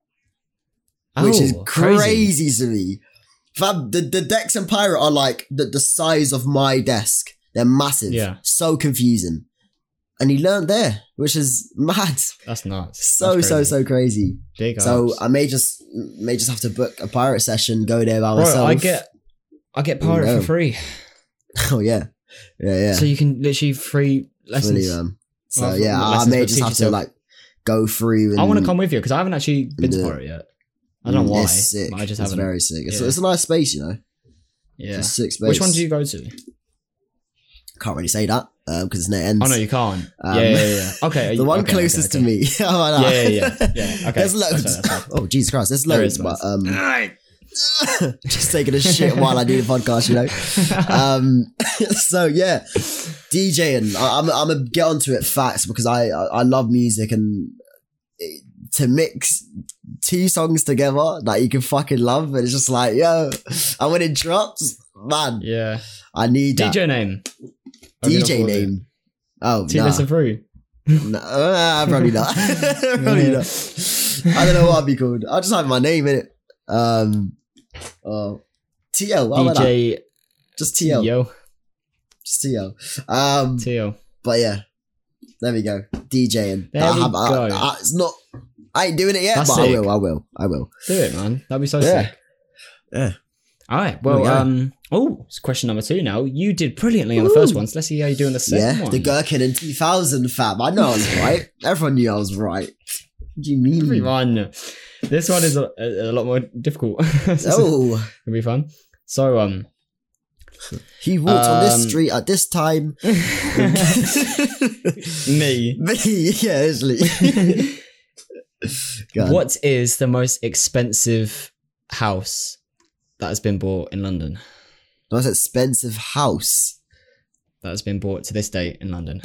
A: which is
B: Oh,
A: crazy, to me. Fam, the, the decks and pirate are like the, the size of my desk. They're massive.
B: Yeah.
A: So confusing. And he learned there, which is mad.
B: That's nuts.
A: So,
B: That's
A: so,
B: crazy.
A: so crazy.
B: Big
A: So uh,
B: ups.
A: I may just may just have to book a pirate session, go there by
B: Bro,
A: myself.
B: I get I get
A: Oh,
B: pirate
A: no.
B: for free,
A: Oh yeah. Yeah, yeah.
B: so you can literally free lessons.
A: Fully, um, so
B: Well,
A: yeah,
B: not
A: I
B: lessons,
A: may
B: but
A: just
B: teach
A: have to
B: yourself.
A: like go through and
B: I want to come with you because I haven't actually been to
A: Yeah. Mm,
B: pirate yet. I don't know why.
A: It's sick.
B: but I just
A: it's
B: haven't.
A: very sick. It's,
B: Yeah.
A: it's a nice space, you know.
B: yeah.
A: It's a sick space.
B: Which one do you go to?
A: can't really say that because it's no ends.
B: Oh no, you can't.
A: Um,
B: yeah, yeah, yeah. Okay.
A: the one
B: okay, okay,
A: closest
B: okay.
A: to me. Oh, no.
B: Yeah, yeah, yeah. Yeah, okay.
A: There's
B: That's
A: loads.
B: fine, that's
A: oh Jesus Christ, there's
B: There
A: loads,
B: is
A: but
B: loads.
A: um, just taking a shit while I do the podcast, you know. um so yeah djing I, i'm i'm gonna get onto it facts because i i, I love music and it- to mix two songs together that you can fucking love and it's just like yo and when it drops man
B: yeah.
A: i need that
B: DJ name. Have you not
A: dj
B: thought of it?
A: name oh
B: T
A: nah.
B: listen through.
A: no uh, probably not probably not i don't know what i'd be called i'll just have my name in it um oh tl how about that?
B: DJ
A: just tl
B: Yo
A: just tl um
B: Tio.
A: But yeah, there we go. DJing.
B: There
A: I
B: we
A: have- I-
B: go.
A: I- it's not. I ain't doing it yet,
B: That's
A: but
B: sick.
A: I will. I will. I will.
B: Do it, man. That'd be so
A: Yeah.
B: sick.
A: Yeah.
B: All right.
A: There we
B: Well,
A: go.
B: um, oh, it's question number two now. You did brilliantly on the first
A: Ooh.
B: one, so let's see how you do on the second
A: yeah,
B: one.
A: the gherkin in 2000, fam. I know I was right. Everyone knew I was right. What do you mean?
B: Everyone. This one is a, a, a lot more difficult. so
A: Oh,
B: It'll be fun. So, um,
A: he walked on this
B: Um,
A: street at this time.
B: me.
A: But he- yeah, actually. Go on.
B: What is the most expensive house that has been bought in London?
A: The most expensive house.
B: That has been bought to this date in London.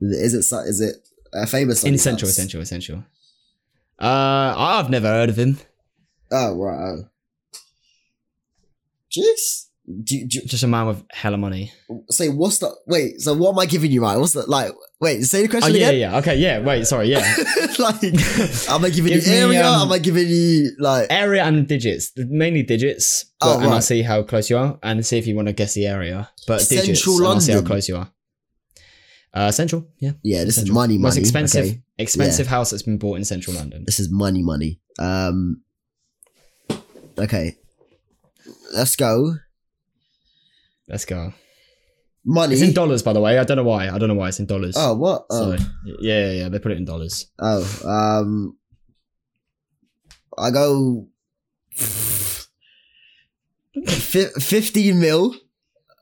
A: Is it? so- Is it a famous?
B: in
A: Sonic
B: central,
A: house?
B: essential, essential. Uh, I've never heard of him.
A: Oh right. oh. Jeez. Do, do,
B: Just a man with hella money.
A: say what's the wait so what am i giving you right what's the like wait say the
B: Oh
A: question
B: yeah,
A: again
B: yeah. Okay, yeah. Wait, sorry. Yeah.
A: like am i giving
B: Give
A: you
B: me,
A: area
B: um,
A: am i giving you like
B: area and digits, mainly digits.
A: Oh,
B: but- and I'll
A: right.
B: see how close you are, and see if you want to guess the area. But digits,
A: Central
B: and I'll see how
A: London.
B: close you are. Uh, central, yeah.
A: yeah this is
B: Central.
A: money money
B: Most expensive,
A: okay.
B: expensive house that's been bought in central London.
A: this is money money um okay let's go
B: Let's go.
A: money
B: It's in dollars, by the way. I don't know why. I don't know why it's in dollars.
A: oh what
B: So,
A: oh,
B: yeah, yeah, yeah. They put it in dollars.
A: oh um i go Fif- 15 mil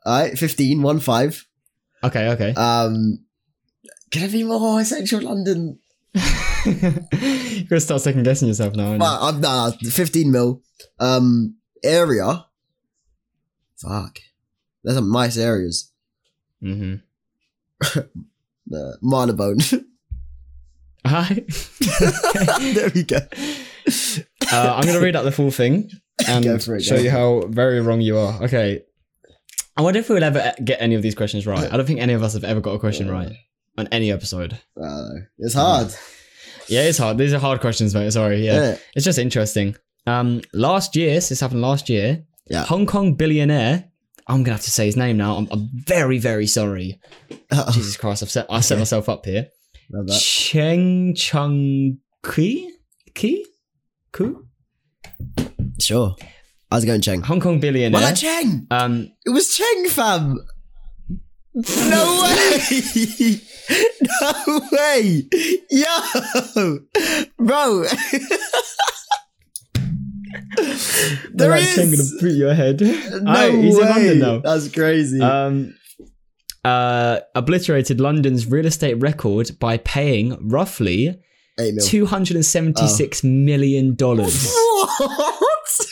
A: all right 15 one five Uh.
B: Okay, okay.
A: Um, can it be more central London?
B: You're gonna start second guessing yourself now. aren't you?
A: But I'm nah, 15 mil. Um, area. Fuck. There's some nice areas.
B: Mm-hmm.
A: Uh, Marnabone.
B: Hi.
A: there we go.
B: Uh, I'm going to read out the full thing and
A: Go for it,
B: show
A: go.
B: you how very wrong you are. Okay. I wonder if we'll ever get any of these questions right. I don't think any of us have ever got a question right on any episode.
A: Uh, it's hard.
B: Yeah, it's hard. These are hard questions, mate. Sorry. Yeah.
A: Yeah.
B: It's just interesting. Um, last year, so this happened last year,
A: Yeah.
B: Hong Kong billionaire. I'm gonna have to say his name now. I'm, I'm very, very sorry.
A: Uh,
B: Jesus Christ, I've set I set
A: Okay.
B: myself up here.
A: love that.
B: Cheng Chung Ki Ki Ku
A: Sure. How's it going, Cheng?
B: Hong Kong
A: Well,
B: billionaire.
A: that Cheng.
B: Um,
A: It was Cheng, fam. No way. no way. Yo, bro. there
B: Like, Cheng
A: is.
B: gonna boot your head.
A: No
B: Aye, he's
A: way.
B: in London now.
A: That's crazy.
B: Um, uh, obliterated London's real estate record by paying roughly
A: Eight mil.
B: two hundred and seventy-six
A: Oh.
B: million dollars.
A: What?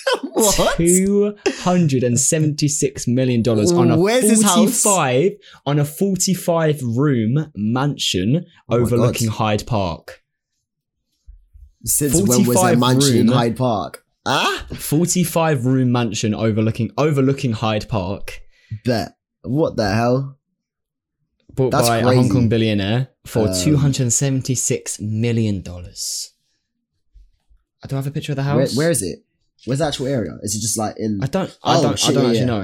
A: what?
B: Two hundred and seventy-six million dollars on a
A: Where's his house?
B: forty-five on a forty-five room mansion
A: Oh my
B: overlooking Hyde Park.
A: Since when was a
B: 45
A: mansion in
B: room.
A: Hyde Park? Ah,
B: Forty-five room mansion overlooking overlooking Hyde Park,
A: bet. What the hell?
B: bought
A: That's
B: by a
A: crazy.
B: Hong Kong billionaire for
A: Um,
B: two hundred and seventy-six million dollars. I do I have a picture of the
A: Where,
B: house.
A: where is it? Where's the actual area? Is it just like in?
B: I don't. I
A: Oh,
B: don't.
A: shit,
B: I don't
A: yeah,
B: actually
A: yeah.
B: know.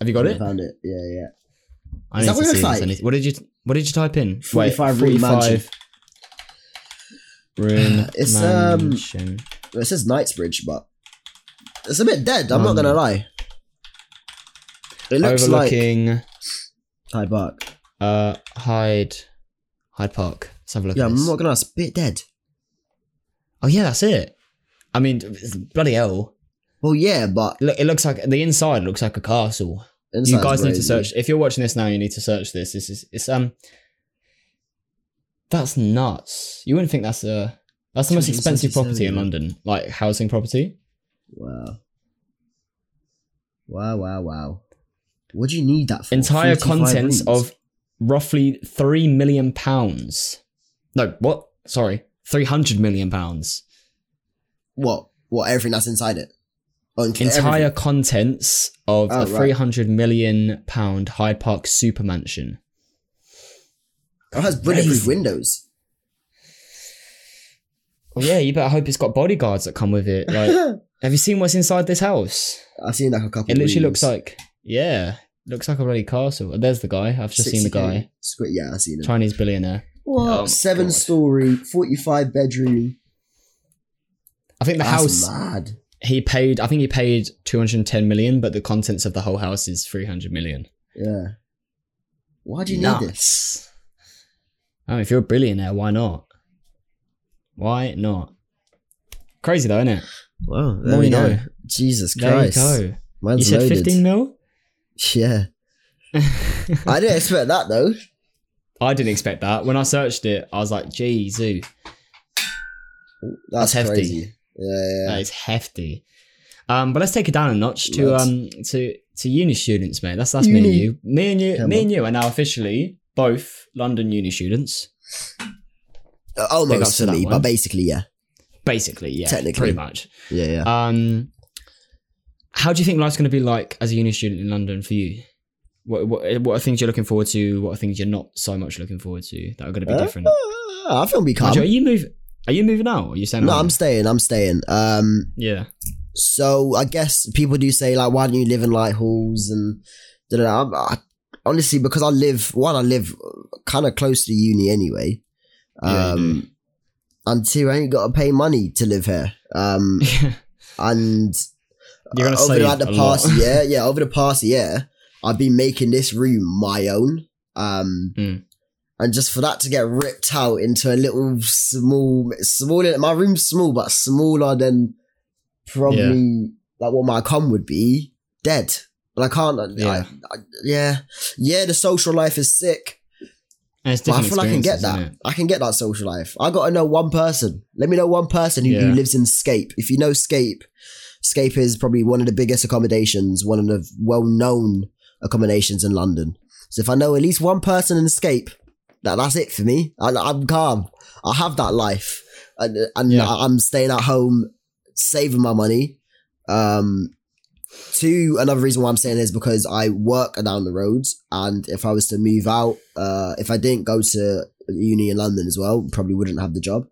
B: Have you got
A: I
B: it?
A: found it. Yeah, yeah.
B: I
A: Is
B: need
A: that what it
B: to
A: looks
B: see this. I
A: like?
B: need- What did you What did you type in?
A: 45 room mansion.
B: room
A: It's, um,
B: mansion.
A: Well, It says Knightsbridge, but it's a bit dead. I'm not gonna
B: Um,
A: lie. It looks like
B: overlooking
A: Hyde Park.
B: uh Hyde Hyde Park. Let's have a look.
A: Yeah,
B: at
A: I'm
B: this.
A: not gonna. lie, It's a bit dead.
B: Oh yeah, that's it. I mean, it's bloody hell.
A: Well, yeah, but
B: Look, it looks like the inside looks like a castle. you
A: inside's
B: guys need to
A: crazy.
B: search. If you're watching this now, you need to search this. This is it's um. That's nuts. You wouldn't think that's a that's the most expensive
A: 277.
B: property in London, like housing property.
A: Wow. Wow! Wow! Wow! What do you need that for?
B: Entire
A: 45
B: contents
A: rooms?
B: of roughly three million pounds. No, what? Sorry, three hundred million pounds.
A: what? What? Everything that's inside it. Oh, include
B: entire
A: everything.
B: contents of
A: Oh,
B: a
A: right.
B: three hundred million pound Hyde Park super mansion.
A: Oh, It has bulletproof windows.
B: Well, yeah, you better hope it's got bodyguards that come with it. Like, have you seen what's inside this house?
A: I've seen like a couple.
B: It literally
A: rooms.
B: looks like yeah, looks like a bloody castle. There's the guy. I've just seen the
A: 60K
B: guy,
A: Squid. Yeah, I've seen it.
B: Chinese billionaire.
A: What?
B: Oh,
A: Seven
B: God.
A: story, forty-five bedroom.
B: I think the
A: That's
B: house
A: mad.
B: he paid. I think he paid two hundred ten million, but the contents of the whole house is three hundred million.
A: Yeah. Why do you need this?
B: Nuts. I mean, if you're a billionaire, why not? Why not? Crazy though, isn't it?
A: Wow,
B: More
A: we
B: you
A: go.
B: know.
A: Jesus
B: There
A: Christ.
B: you go.
A: Mine's
B: you said
A: loaded.
B: fifteen mil.
A: Yeah. I didn't expect that though.
B: I didn't expect that. When I searched it, I was like, "Geez, ooh,
A: That's,
B: That's hefty.
A: crazy. Yeah, yeah.
B: that is hefty." Um, but let's take it down a notch to
A: Let's.
B: um to to uni students, mate. That's that's me and
A: Uni.
B: you. Me and you,
A: Come
B: me
A: on.
B: and you are now officially both London uni students.
A: Uh,
B: Big ups
A: Almost
B: to
A: for
B: that
A: me, but
B: one.
A: basically, yeah.
B: Basically, yeah,
A: Technically.
B: pretty much.
A: Yeah, yeah.
B: Um, how do you think life's going to be like as a uni student in London for you? What, what what are things you're looking forward to? What are things you're not so much looking forward to that are going to be different?
A: Uh, I feel we
B: Mind
A: can't.
B: you, are you moving? Are you moving out? Or are you staying?
A: No,
B: at home?
A: I'm staying. I'm staying. Um,
B: yeah.
A: so I guess people do say like, why don't you live in like halls and da da. da. I'm- I, honestly, because I live one, I live kind of close to uni anyway.
B: Yeah, you
A: Um, and two, I ain't got to pay money to live here. Um, and
B: You're gonna
A: Uh, over
B: save
A: like the
B: a
A: past
B: lot.
A: year, yeah, over the past year, I've been making this room my own. Um,
B: Mm.
A: and just for that to get ripped out into a little small, small, my room's small, but smaller than probably like what my com would be, dead. And I can't, yeah.
B: Yeah.
A: I, I, yeah, yeah, the social life is sick.
B: And it's
A: But I
B: different.
A: feel I can get
B: experiences,
A: that.
B: isn't it?
A: I can get that social life. I got to know one person. Let me know one person who, who
B: Yeah.
A: lives in Scape. If you know Scape, Scape is probably one of the biggest accommodations, one of the well-known accommodations in London. So if I know at least one person in Scape, that that's it for me. I, I'm calm. I have that life, and and
B: Yeah.
A: I- I'm staying at home, saving my money. Um, Two, another reason why I'm saying this is because I work down the roads, and if I was to move out, uh, if I didn't go to uni in London as well, probably wouldn't have the job.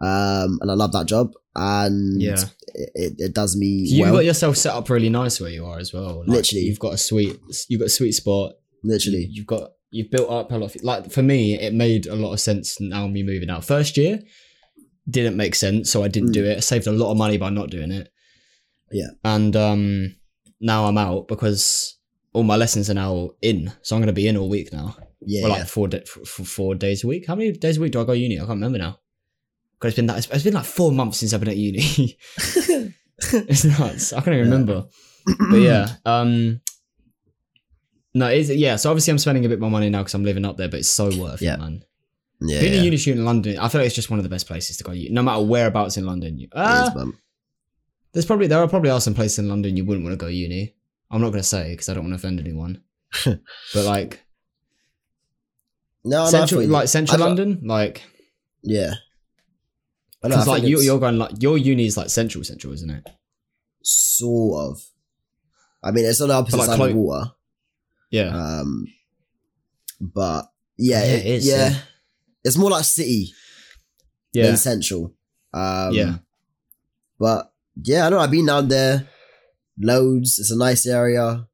A: Um, and I love that job, and
B: Yeah.
A: it, it, it does me
B: You've
A: well.
B: got yourself set up really nice where you are as well. Like,
A: Literally.
B: you've got a sweet, you've got a sweet spot.
A: literally,
B: you've got you've built up a lot. Of, like for me, it made a lot of sense. Now me moving out first year didn't make sense, so I didn't
A: Mm.
B: do it. I saved a lot of money by not doing it.
A: Yeah.
B: and um, now I'm out because all my lessons are now in, so I'm going to be in all week now.
A: yeah,
B: Well, like four da- f- f- four days a week. How many days a week do I go to uni? I can't remember now. Because it's been that it's- it's been like four months since I've been at uni. it's nuts. I can't even
A: Yeah.
B: remember. But yeah, um, no, it's, yeah. So obviously, I'm spending a bit more money now because I'm living up there, but it's so worth
A: Yeah.
B: it, man.
A: yeah,
B: Being
A: yeah.
B: a uni student in London, I feel like it's just one of the best places to go. You- No matter whereabouts in London, you,
A: It
B: Ah,
A: is, man.
B: there's probably there are probably are some places in London you wouldn't want to go uni. I'm not gonna say because I don't want to offend anyone. but like
A: Oh, no, no, I
B: central,
A: feel you.
B: like central
A: I've got-
B: London, like
A: yeah. I know, I
B: Because like
A: think
B: you,
A: it's
B: you're going like your uni is like central, central, isn't it?
A: sort of. I mean, it's on the opposite
B: like,
A: side of
B: clo-
A: the water.
B: Yeah,
A: Um, but yeah,
B: Yeah,
A: it,
B: it is,
A: yeah.
B: yeah.
A: It's more like city
B: yeah,
A: than central. Um,
B: yeah.
A: But yeah, I don't know. I've been down there loads. It's a nice area.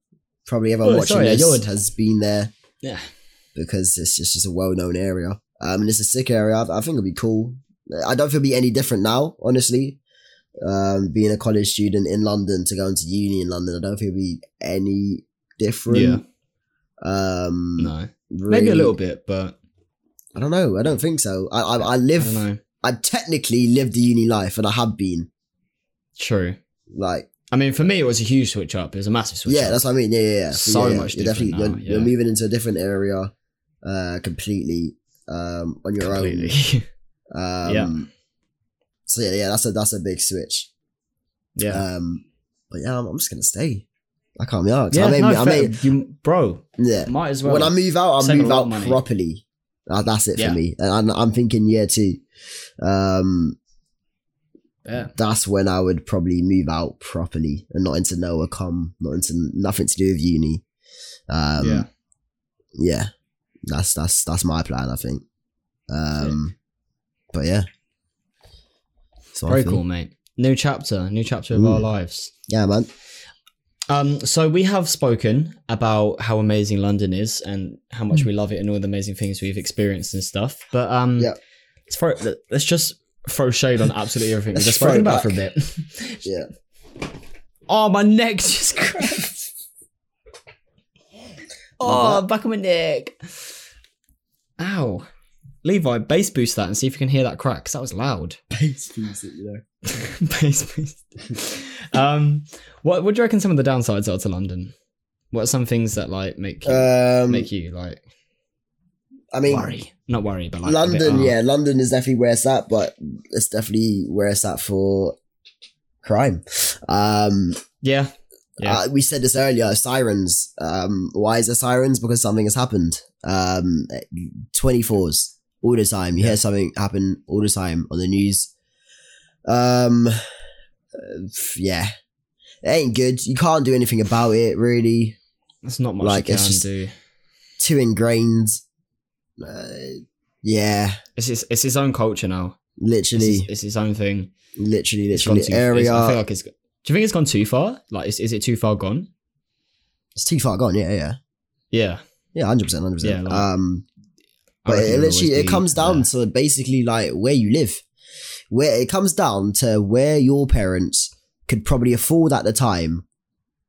A: Probably everyone
B: Oh,
A: watching
B: sorry,
A: this
B: Yod.
A: has been there
B: Yeah.
A: because it's just, just a well known area. Um, and it's a sick area. I, I think it'll be cool. I don't feel it'll be any different now, honestly. Um, being a college student in London to going to uni in London, I don't feel it'll be any different.
B: Yeah.
A: Um,
B: No, maybe a
A: really-
B: little bit, but
A: I don't know. I don't think so. I I, I
B: I
A: live.
B: don't
A: I,
B: know.
A: technically lived the uni life, and I have been
B: True.
A: like,
B: I mean, for me, it was a huge switch up. It was a massive switch.
A: yeah,
B: up.
A: that's what I mean. Yeah, yeah, yeah.
B: So
A: Yeah, yeah.
B: much
A: You're
B: different
A: definitely
B: now,
A: you're, you're
B: yeah.
A: moving into a different area, uh, completely, um, on your
B: completely.
A: own. Um, So yeah, yeah, that's a that's a big switch.
B: yeah,
A: Um, but yeah, I'm, I'm just gonna stay. I can't be asked.
B: yeah.
A: I mean,
B: no,
A: I
B: fair.
A: mean,
B: you, bro,
A: yeah.
B: might as well.
A: when I move out, I
B: Save a
A: move
B: lot of
A: out
B: money.
A: properly. Uh, that's it
B: Yeah.
A: for me. And I'm, I'm thinking year two. Um,
B: yeah,
A: that's when I would probably move out properly and not into nowhere come, not into nothing to do with uni. Um,
B: yeah.
A: yeah. that's that's that's my plan. I think. Um, but yeah, so
B: Very cool, mate. New chapter, new chapter of
A: Mm.
B: our lives.
A: Yeah, man.
B: Um, so we have spoken about how amazing London is and how much
A: Hmm.
B: we love it and all the amazing things we've experienced and stuff. But um,
A: Yeah.
B: let's throw, let's just throw shade on absolutely everything we've
A: Let's
B: just
A: throw
B: spoken
A: it
B: about for a
A: back.
B: bit.
A: Yeah,
B: Oh, my neck just cracked. oh,
A: Love
B: back of my neck. Ow, Levi, bass boost that and see if you can hear that crack. 'cause that was loud.
A: you
B: bass boost. um, what what do you reckon some of the downsides are to London? What are some things that like make you,
A: know. Um,
B: make you like
A: I mean,
B: worry. Not worry, but like a bit,
A: London.
B: uh,
A: yeah, London is definitely where it's at, but it's definitely where it's at for crime. Um,
B: yeah, Yeah.
A: Uh, we said this earlier. Sirens. Um, why is there sirens? Because something has happened. Um, twenty fours all the time. You hear something happen all the time on the news. Um, uh, yeah, it ain't good. You can't do anything about it. Really,
B: That's not much
A: Like,
B: you
A: it's
B: can
A: just-
B: do.
A: too ingrained. Uh, yeah,
B: It's his, it's his own culture now. It's his,
A: literally,
B: it's his own thing.
A: literally,
B: It's gone
A: literally.
B: too, it's-
A: area.
B: I feel like it's. Do you think it's gone too far? Like, is, is it too far gone?
A: it's too far gone. Yeah, yeah,
B: Yeah,
A: yeah. Hundred percent, hundred
B: Yeah,
A: percent.
B: like-
A: Um.
B: I
A: But
B: reckon
A: it
B: will
A: literally
B: always
A: it
B: be
A: comes down
B: there.
A: to basically like where you live. Where it comes down to where your parents could probably afford at the time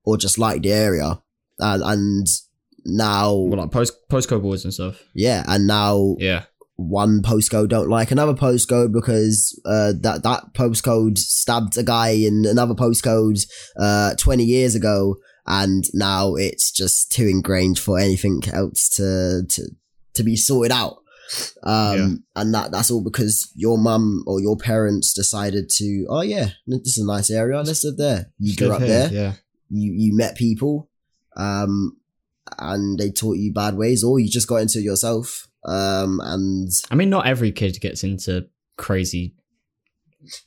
A: or just like the area. And and now
B: well, like post postcode wars and stuff.
A: yeah, and now
B: Yeah,
A: one postcode don't like another postcode because uh, that that postcode stabbed a guy in another postcode uh, 20 years ago and now it's just too ingrained for anything else to to, to be sorted out Um, and that that's all because your mum or your parents decided to, oh yeah, this is a nice area. Let's live there. You grew up there.
B: Yeah.
A: You you met people, um, and they taught you bad ways, or you just got into it yourself. Um, and
B: I mean, not every kid gets into crazy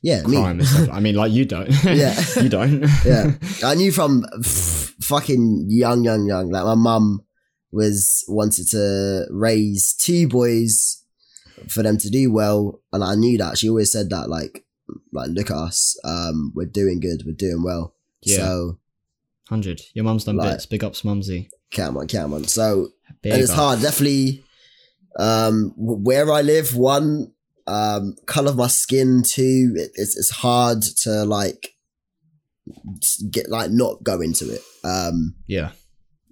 A: yeah, me.
B: crime and stuff. I mean, like you don't.
A: Yeah.
B: you don't.
A: Yeah. I knew from f- fucking young, young, young. Like my mum was wanted to raise two boys for them to do well, and I knew that. She always said that, like, like look at us, um, we're doing good, we're doing well.
B: Yeah.
A: So
B: Hundred. Your mum's done
A: Like-
B: bits. Big ups, mumsy.
A: come on, come on. So
B: Big
A: and it's
B: up.
A: hard, definitely. Um, w- where I live, one, um, color of my skin. Two, it, it's it's hard to like s- get like not go into it. Um,
B: Yeah.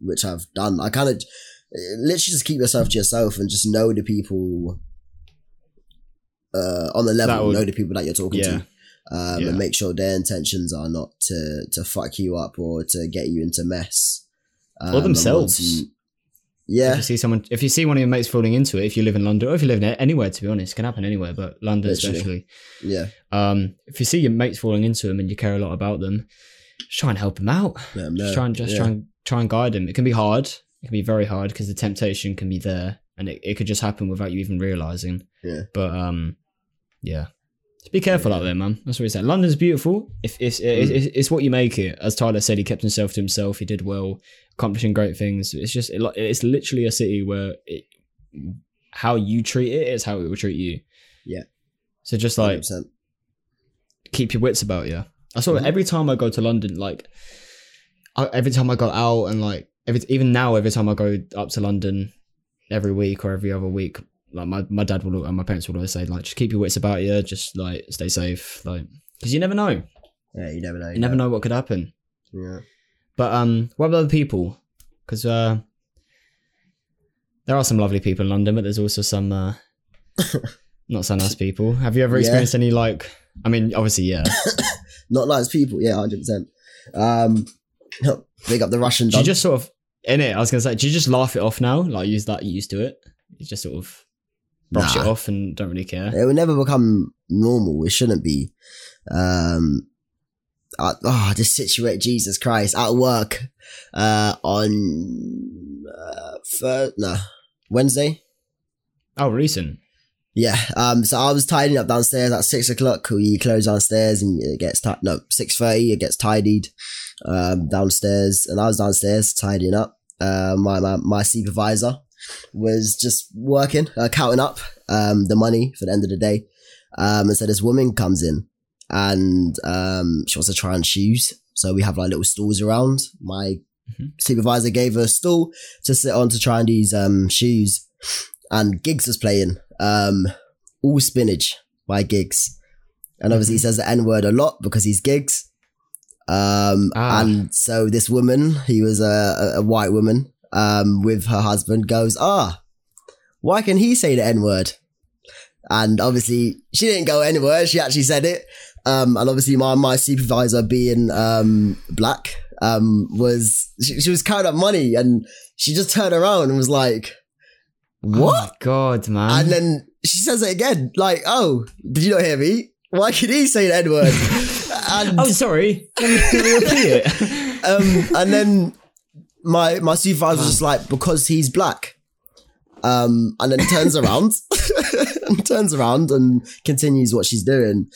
A: which I've done. I kind of literally just keep yourself to yourself and just know the people uh, on the
B: That
A: level,
B: would-
A: know the people that you're talking
B: Yeah.
A: to. Um,
B: Yeah.
A: And make sure their intentions are not to to fuck you up or to get you into mess. Um, and
B: themselves.
A: want to-
B: If
A: yeah,
B: you see someone, if you see one of your mates falling into it, if you live in London or if you live in anywhere, to be honest, it can happen anywhere, but London
A: Literally.
B: especially.
A: yeah,
B: Um, if you see your mates falling into them and you care a lot about them, just try and help them out.
A: yeah.
B: just
A: no,
B: try and just
A: yeah.
B: try and try and guide them. It can be hard. It can be very hard because the temptation can be there, and it, it could just happen without you even realizing.
A: Yeah.
B: But um, yeah. Just be careful out there, man. That's what he said. London's beautiful. If it's
A: Mm.
B: it's, it's it's what you make it. As Tyler said, he kept himself to himself. He did well, accomplishing great things. It's just it, li- it's literally a city where it, how you treat it is how it will treat you.
A: Yeah.
B: So just like
A: 100%.
B: keep your wits about you. I saw it
A: Mhm.
B: every time I go to London, like I, every time I go out and like every even now, every time I go up to London every week or every other week, like my, my dad will and my parents will always say like just keep your wits about you, just like stay safe, like because you never know, you
A: yeah, you never know.
B: never know what could happen.
A: Yeah.
B: But um, what about other people? Because uh, there are some lovely people in London, but there's also some uh, not so nice people. Have you ever
A: Yeah.
B: experienced any like? I mean, obviously, yeah.
A: Not nice people. Yeah, hundred percent. Um, big up the Russian.
B: Do you
A: Dub.
B: just sort of in it? I was gonna say, do you just laugh it off now? Like use that you used to it. You just sort of brush
A: Nah.
B: it off and don't really care.
A: It will never become normal. It shouldn't be. Um, I, oh, this situation, Jesus Christ, at work, uh, on, uh, Thur- no, Wednesday.
B: Oh, recent.
A: Yeah. Um, so I was tidying up downstairs at six o'clock. We close downstairs and it gets, ti- no, 6.30, it gets tidied, um, downstairs. And I was downstairs tidying up. Uh, my, my, my supervisor was just working, uh, counting up, um, the money for the end of the day. Um, and so this woman comes in and, um, she wants to try on shoes. So we have like little stools around. My
B: Mhm.
A: supervisor gave her a stool to sit on to try on these, um, shoes and Gigs was playing um, All Spinach by Gigs. And obviously he says the N word a lot because he's Gigs. Um,
B: Ah.
A: And so this woman, he was a, a- a white woman um, with her husband, goes, ah, why can he say the N word? And obviously she didn't go N word, she actually said it. Um, and obviously my, my supervisor being um, black um, was, she, she was counting up money and she just turned around and was like, what?
B: Oh my God, man.
A: And then she says it again, like, oh, did you not hear me? Why could he say the N word? and,
B: oh, sorry. Let me- let me repeat it.
A: um, and then my, my supervisor was just like, because he's black. Um, and then turns around and turns around and continues what she's doing.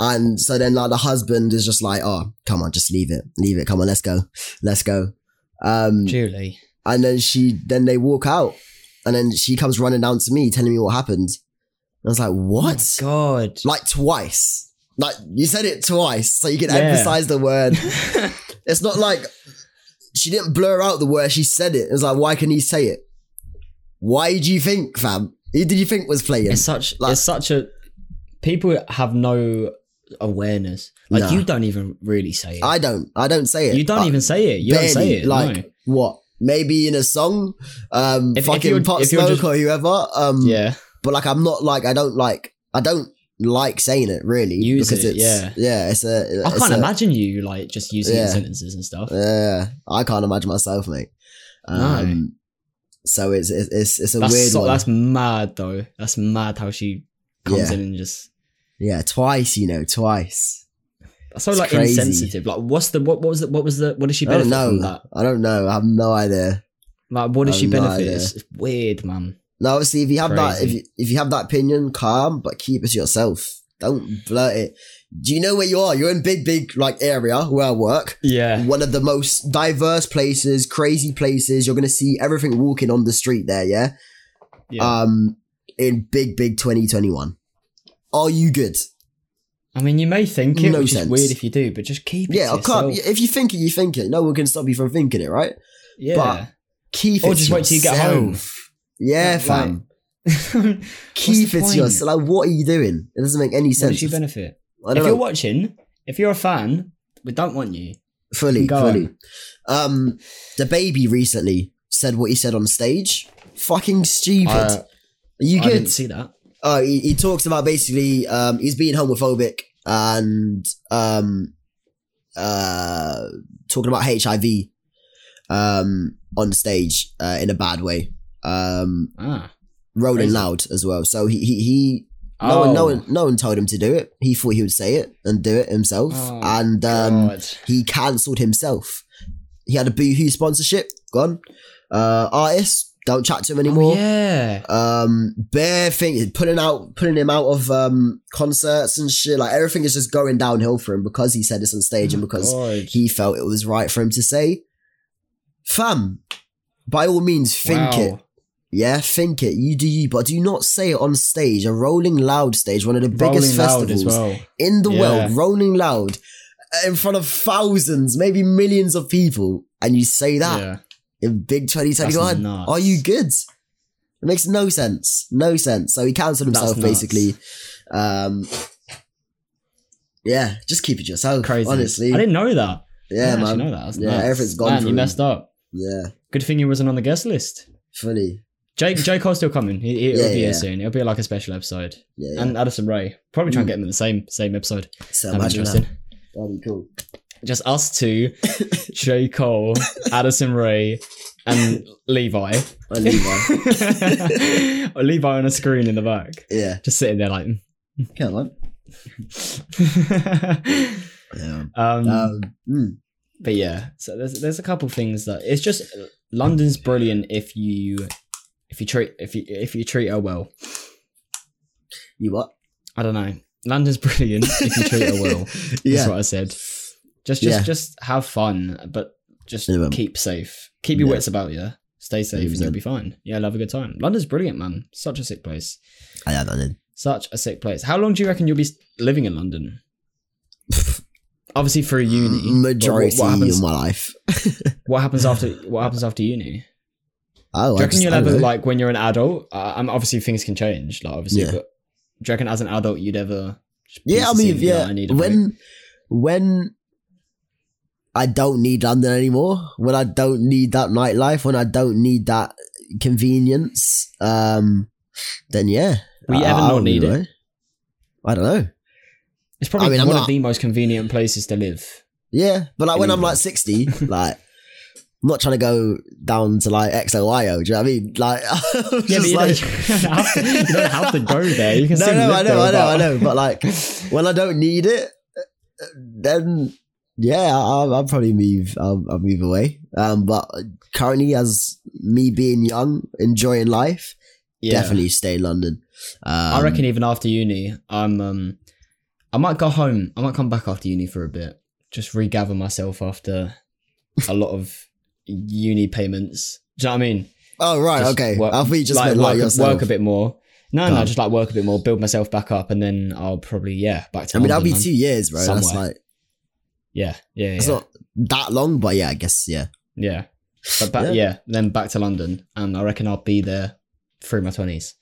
A: And so then like the husband is just like, oh, come on, just leave it. Leave it. Come on, let's go. Let's go. Um,
B: Julie.
A: and then she then they walk out. And then she comes running down to me telling me what happened. And I was like, what?
B: Oh my God.
A: like twice. Like you said it twice, so you can
B: Yeah.
A: emphasize the word. it's not like she didn't blur out the word; she said it. It's like, why can he say it? Why do you think, fam? Who did you think was playing?
B: It's such.
A: Like-
B: it's such a. People have no awareness. Like
A: Nah.
B: you don't even really say it.
A: I don't. I don't say it.
B: you don't
A: Like,
B: even say it. You
A: barely.
B: don't say it.
A: like
B: no.
A: what? Maybe in a song, um,
B: If- if
A: fucking
B: you're-
A: Pop
B: if you're
A: Smoke
B: just-
A: or whoever. Um,
B: yeah.
A: But like, I'm not like I don't like I don't like saying it really
B: Use
A: because
B: it,
A: it's
B: yeah.
A: yeah it's a
B: I
A: it's
B: can't
A: a-
B: imagine you like just using it in
A: Yeah.
B: sentences and stuff.
A: Yeah, I can't imagine myself, mate. Um, So it's it's it's, it's a
B: that's
A: weird
B: so-
A: one.
B: that's mad though. That's mad how she comes
A: Yeah.
B: in and just
A: Yeah, twice. You know, twice.
B: that's so
A: It's
B: like
A: crazy.
B: insensitive. Like what's the what, what was the what was the what did she
A: I don't
B: benefit
A: know.
B: from that?
A: I don't know. I have no idea.
B: Like what did
A: I've
B: she
A: no
B: benefit?
A: idea.
B: It's, it's weird, man.
A: Now, obviously, if you have that, if
B: Crazy.
A: you, if you have that opinion, calm, but keep it to yourself. Don't blurt it. Do you know where you are? You're in big, big like area where I work.
B: Yeah.
A: One of the most diverse places, crazy places. You're gonna see everything walking on the street there. Yeah.
B: yeah.
A: Um, in big, big 2021. Are you good?
B: I mean, you may think it,
A: no
B: which
A: sense.
B: is weird if you do, but just keep it.
A: Yeah,
B: to
A: I can't.
B: yourself.
A: If you think it, you think it. No one can stop you from thinking it, right?
B: Yeah.
A: but- Keep it.
B: Or
A: to
B: just wait till you get
A: yourself.
B: home.
A: Yeah,
B: Like,
A: fam. keep
B: the
A: it to
B: point?
A: yourself. Like, what are you doing? It doesn't make any
B: what did
A: sense.
B: she benefit?
A: I
B: If
A: don't
B: you're
A: know.
B: watching, if you're a fan, we don't want you.
A: Fully,
B: Go
A: fully. Um, the baby recently said what he said on stage. Fucking stupid.
B: I-
A: Are you
B: I
A: good?
B: didn't see that.
A: Oh, he, he talks about basically um, he's being homophobic and um, uh, talking about HIV um, on stage uh, in a bad way. Um,
B: Ah.
A: rolling
B: Crazy.
A: loud as well. So he he, he no one
B: Oh
A: no one no one told him to do it. He thought he would say it and do it himself,
B: Oh,
A: and um,
B: God.
A: he cancelled himself. He had a boohoo sponsorship gone. Uh, artists don't chat to him anymore.
B: Oh, yeah.
A: Um, bare thing pulling out, pulling him out of um concerts and shit. Like everything is just going downhill for him because he said this on stage and because
B: Oh God.
A: he felt it was right for him to say. Fam, by all means, think it.
B: Wow.
A: Yeah, think it. You do you, but do not say it on stage. A Rolling Loud stage, one of the biggest
B: Rolling Loud
A: festivals
B: as well.
A: in the
B: Yeah.
A: world, Rolling Loud, uh, in front of thousands, maybe millions of people, and you say that
B: Yeah.
A: in big 2021.
B: nuts.
A: Are you good? It makes no sense. No sense. So he cancelled
B: That's
A: himself
B: nuts.
A: basically. Um, yeah, just keep it to yourself.
B: Crazy.
A: Honestly.
B: I didn't know that. I
A: yeah,
B: didn't
A: man.
B: actually know that. That's
A: Yeah,
B: nuts.
A: everything's gone
B: Man,
A: for
B: you
A: him.
B: messed up.
A: Yeah,
B: Good thing he wasn't on the guest list.
A: fully.
B: Jake, Jake Cole's still coming. He, he,
A: Yeah,
B: it'll be
A: yeah.
B: here soon. It'll be like a special episode.
A: Yeah, yeah.
B: And Addison Ray. Probably try and
A: Mm.
B: get them in the same same episode.
A: so
B: That'd be
A: imagine
B: interesting.
A: that. That'd be cool.
B: Just us two, J. Cole, Addison Ray, and Levi.
A: I knew that.
B: or Levi on a screen in the back.
A: Yeah.
B: Just sitting there like
A: Come on. Yeah.
B: um,
A: Um, mm,
B: but yeah, so there's there's a couple things that it's just London's brilliant if you if you treat if you if you treat her well.
A: you what?
B: I don't know. London's brilliant if you treat her well. That's
A: Yeah.
B: what I said. Just just
A: Yeah.
B: just have fun, but just
A: Minimum.
B: keep safe. Keep your
A: Yeah.
B: wits about you. Stay safe and you'll be fine. Yeah, love a good time. London's brilliant, man. Such a sick place.
A: I am London.
B: Such a sick place. How long do you reckon you'll be s- living in London? Obviously for a uni. but what-
A: Majority
B: what, happens,
A: of my life.
B: what happens after what happens after uni?
A: Oh,
B: do you
A: I
B: reckon
A: just,
B: you'll
A: I don't
B: ever
A: know.
B: like when you're an adult? Uh, um, obviously things can change, like obviously,
A: Yeah.
B: but do you reckon as an adult you'd ever just
A: yeah, I
B: piece of
A: mean,
B: scene, like,
A: yeah.
B: I need a break?
A: when, when I don't need London anymore, when I don't need that nightlife, when I don't need that convenience, um, then yeah.
B: Will
A: I,
B: you ever
A: I- I
B: not
A: wouldn't
B: need
A: be
B: it?
A: worried. I don't know.
B: It's probably
A: I mean, I'm
B: one
A: not-
B: of the most convenient places to live.
A: Yeah, but like when I'm
B: Anyway.
A: like 60, like. I'm not trying to go down to like XOYO. Do you know what I mean? Like, I'm
B: Yeah, but
A: just
B: you,
A: like,
B: don't, you, don't have to, you don't have to go there. You can
A: no,
B: still
A: no,
B: live
A: I know, I
B: there,
A: know, I know. But like, when I don't need it, uh, then yeah, I'll, I'll probably move. I'll, I'll move away. Um, but currently, as me being young, enjoying life,
B: Yeah.
A: definitely stay in London. Um,
B: I reckon even after uni, I'm um, I might go home. I might come back after uni for a bit, just regather myself after a lot of uni payments. Do you know what I mean?
A: Oh right,
B: just
A: okay.
B: work-
A: I thought you just
B: like
A: meant
B: work,
A: like yourself.
B: work a bit more. No, no,
A: Oh.
B: just like work a bit more, build myself back up, and then I'll probably yeah back to.
A: I mean, that'll
B: London,
A: be
B: man.
A: two years, bro. That's
B: Somewhere.
A: like
B: Yeah, yeah, yeah.
A: it's not that long, but yeah, I guess yeah.
B: Yeah. But back,
A: Yeah.
B: yeah. then back to London, and I reckon I'll be there through my twenties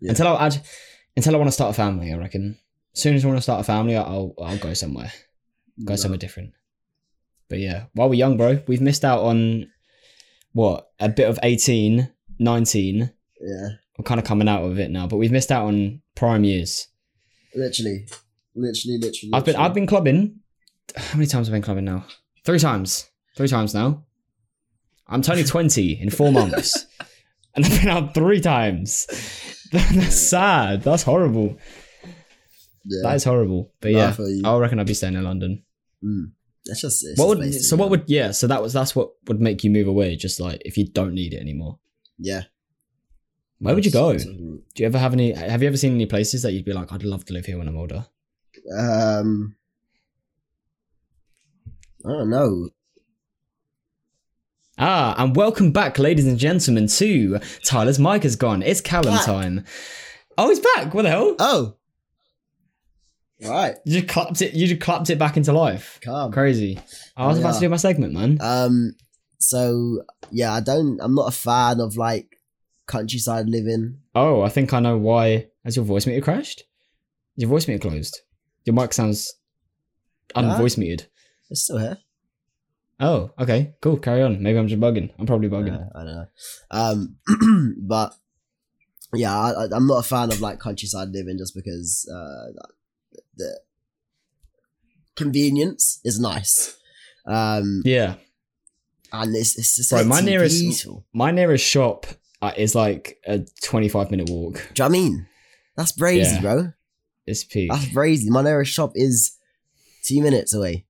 A: Yeah.
B: until I add, until I want to start a family. I reckon as soon as I want to start a family, I'll I'll go somewhere, go somewhere different. But yeah, while we're young, bro, we've missed out on what a bit of 18, 19.
A: Yeah,
B: We're kind of coming out of it now, but we've missed out on prime years.
A: literally, literally, literally.
B: I've been I've been clubbing. How many times have I been clubbing now? Three times. Three times now. I'm turning twenty in four months. and I've been out three times. That's sad. That's horrible.
A: Yeah.
B: That is horrible. But
A: Nah, I
B: yeah,
A: feel you.
B: I reckon I'd be staying in London.
A: Mm. That's just it's
B: what
A: just
B: would
A: basic,
B: so? What
A: man.
B: would yeah? So that was that's what would make you move away. Just like if you don't need it anymore,
A: yeah?
B: where would you go? Do
A: go?
B: you ever have any? Have you ever seen any places that you'd be like, I'd love to live here when I'm older?
A: Um, I don't know.
B: Ah, and welcome back, ladies and gentlemen, to Tyler's mic is gone. It's Callum
A: Back.
B: time. Oh, he's back. What the hell?
A: Oh, right,
B: You just clapped it. You just clapped it back into life.
A: calm.
B: Crazy. I was
A: Oh,
B: about
A: yeah.
B: to do my segment, man.
A: Um, so yeah, I don't. I'm not a fan of like countryside living.
B: Oh, I think I know why. Has your voice meter crashed? Your voice meter closed. Your mic sounds
A: No.
B: unvoice muted.
A: It's still here.
B: Oh, okay, cool. Carry on. Maybe I'm just bugging. I'm probably bugging.
A: Uh, I don't know. Um, but yeah, I, I- I'm not a fan of like countryside living just because uh, the convenience is nice. Um,
B: yeah,
A: and it's it's just
B: Bro, my
A: it's
B: nearest-
A: beautiful.
B: my nearest shop uh, is like a 25 minute walk.
A: Do you know what I mean? That's brazy,
B: Yeah.
A: bro.
B: It's peak.
A: That's brazy. My nearest shop is two minutes away.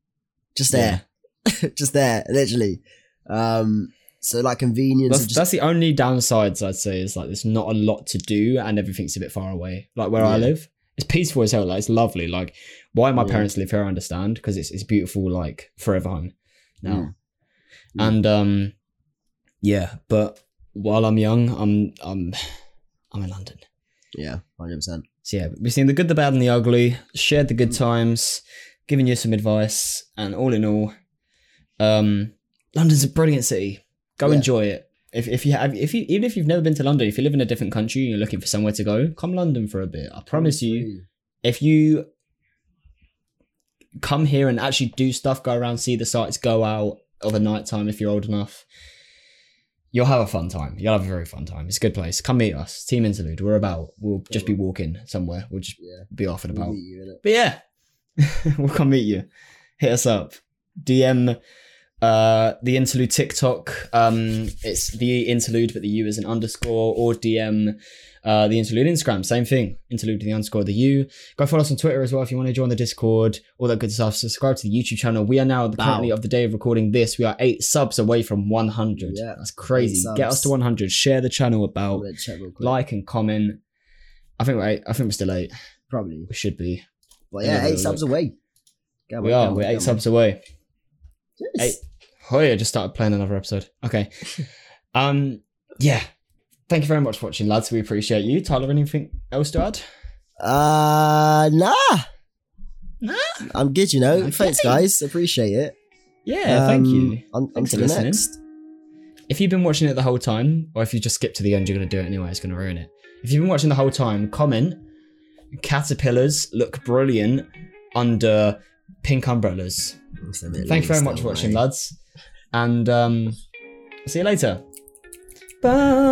A: Just there. just there, literally. Um, so like convenience
B: That's,
A: of just
B: that's the only downsides I'd say is like there's not a lot to do and everything's a bit far away. Like where I
A: Yeah.
B: live, it's peaceful as hell. Like it's lovely. Like why my
A: Yeah.
B: parents live here, I understand because it's it's beautiful. Like forever home now,
A: Mm. Mm.
B: and um, yeah. But while I'm young, I'm I'm I'm in London.
A: yeah, hundred percent.
B: So yeah, we've seen the good, the bad, and the ugly. Shared the good times, giving you some advice, and all in all, um, London's a brilliant city. Go
A: Yeah.
B: enjoy it. If, if you have if you even if you've never been to London, if you live in a different country and you're looking for somewhere to go, come London for a bit. I promise you, if you come here and actually do stuff, go around, see the sights, go out of a night time if you're old enough, you'll have a fun time. You'll have a very fun time. It's a good place. Come meet us. Team Interlude. We're about. We'll just be walking somewhere. We'll just
A: Yeah.
B: be off and
A: We'll
B: about.
A: meet you, innit?
B: But yeah, we'll come meet you. Hit us up. DM uh the interlude TikTok. Um it's the interlude, but the U is an underscore, or DM uh the interlude Instagram, same thing. Interlude the underscore the U. Go follow us on Twitter as well if you want to join the Discord, all that good stuff. Subscribe to the YouTube channel. We are now the
A: Bow.
B: currently of the day of recording this. We are eight subs away from 100.
A: Yeah,
B: That's crazy.
A: eight
B: Get
A: subs.
B: us to 100. Share the channel
A: I'm
B: about,
A: gonna check real quick.
B: like and comment. I think we're eight, I think we're still eight.
A: Probably.
B: We should be.
A: But
B: Yeah,
A: yeah,
B: we'll
A: eight subs
B: look.
A: away. Go,
B: We
A: man,
B: are.
A: go,
B: We're
A: go,
B: eight
A: man.
B: subs away.
A: Yes.
B: Eight. Oh yeah, just started playing another episode. Okay. Um. Yeah. Thank you very much for watching, lads. We appreciate you. Tyler, anything else to add?
A: Uh, nah.
B: Nah.
A: I'm good, you know.
B: Okay.
A: Thanks, guys. Appreciate it.
B: Yeah. thank
A: Um,
B: you.
A: On, on
B: Thanks
A: to
B: for
A: the
B: listening.
A: next.
B: If you've been watching it the whole time, or if you just skip to the end, you're gonna do it anyway. It's gonna ruin it. If you've been watching the whole time, comment. Caterpillars look brilliant under pink umbrellas.
A: It's a bit
B: Thank you very
A: long
B: much for
A: still,
B: watching,
A: mate.
B: lads. And um, see you later. Bye.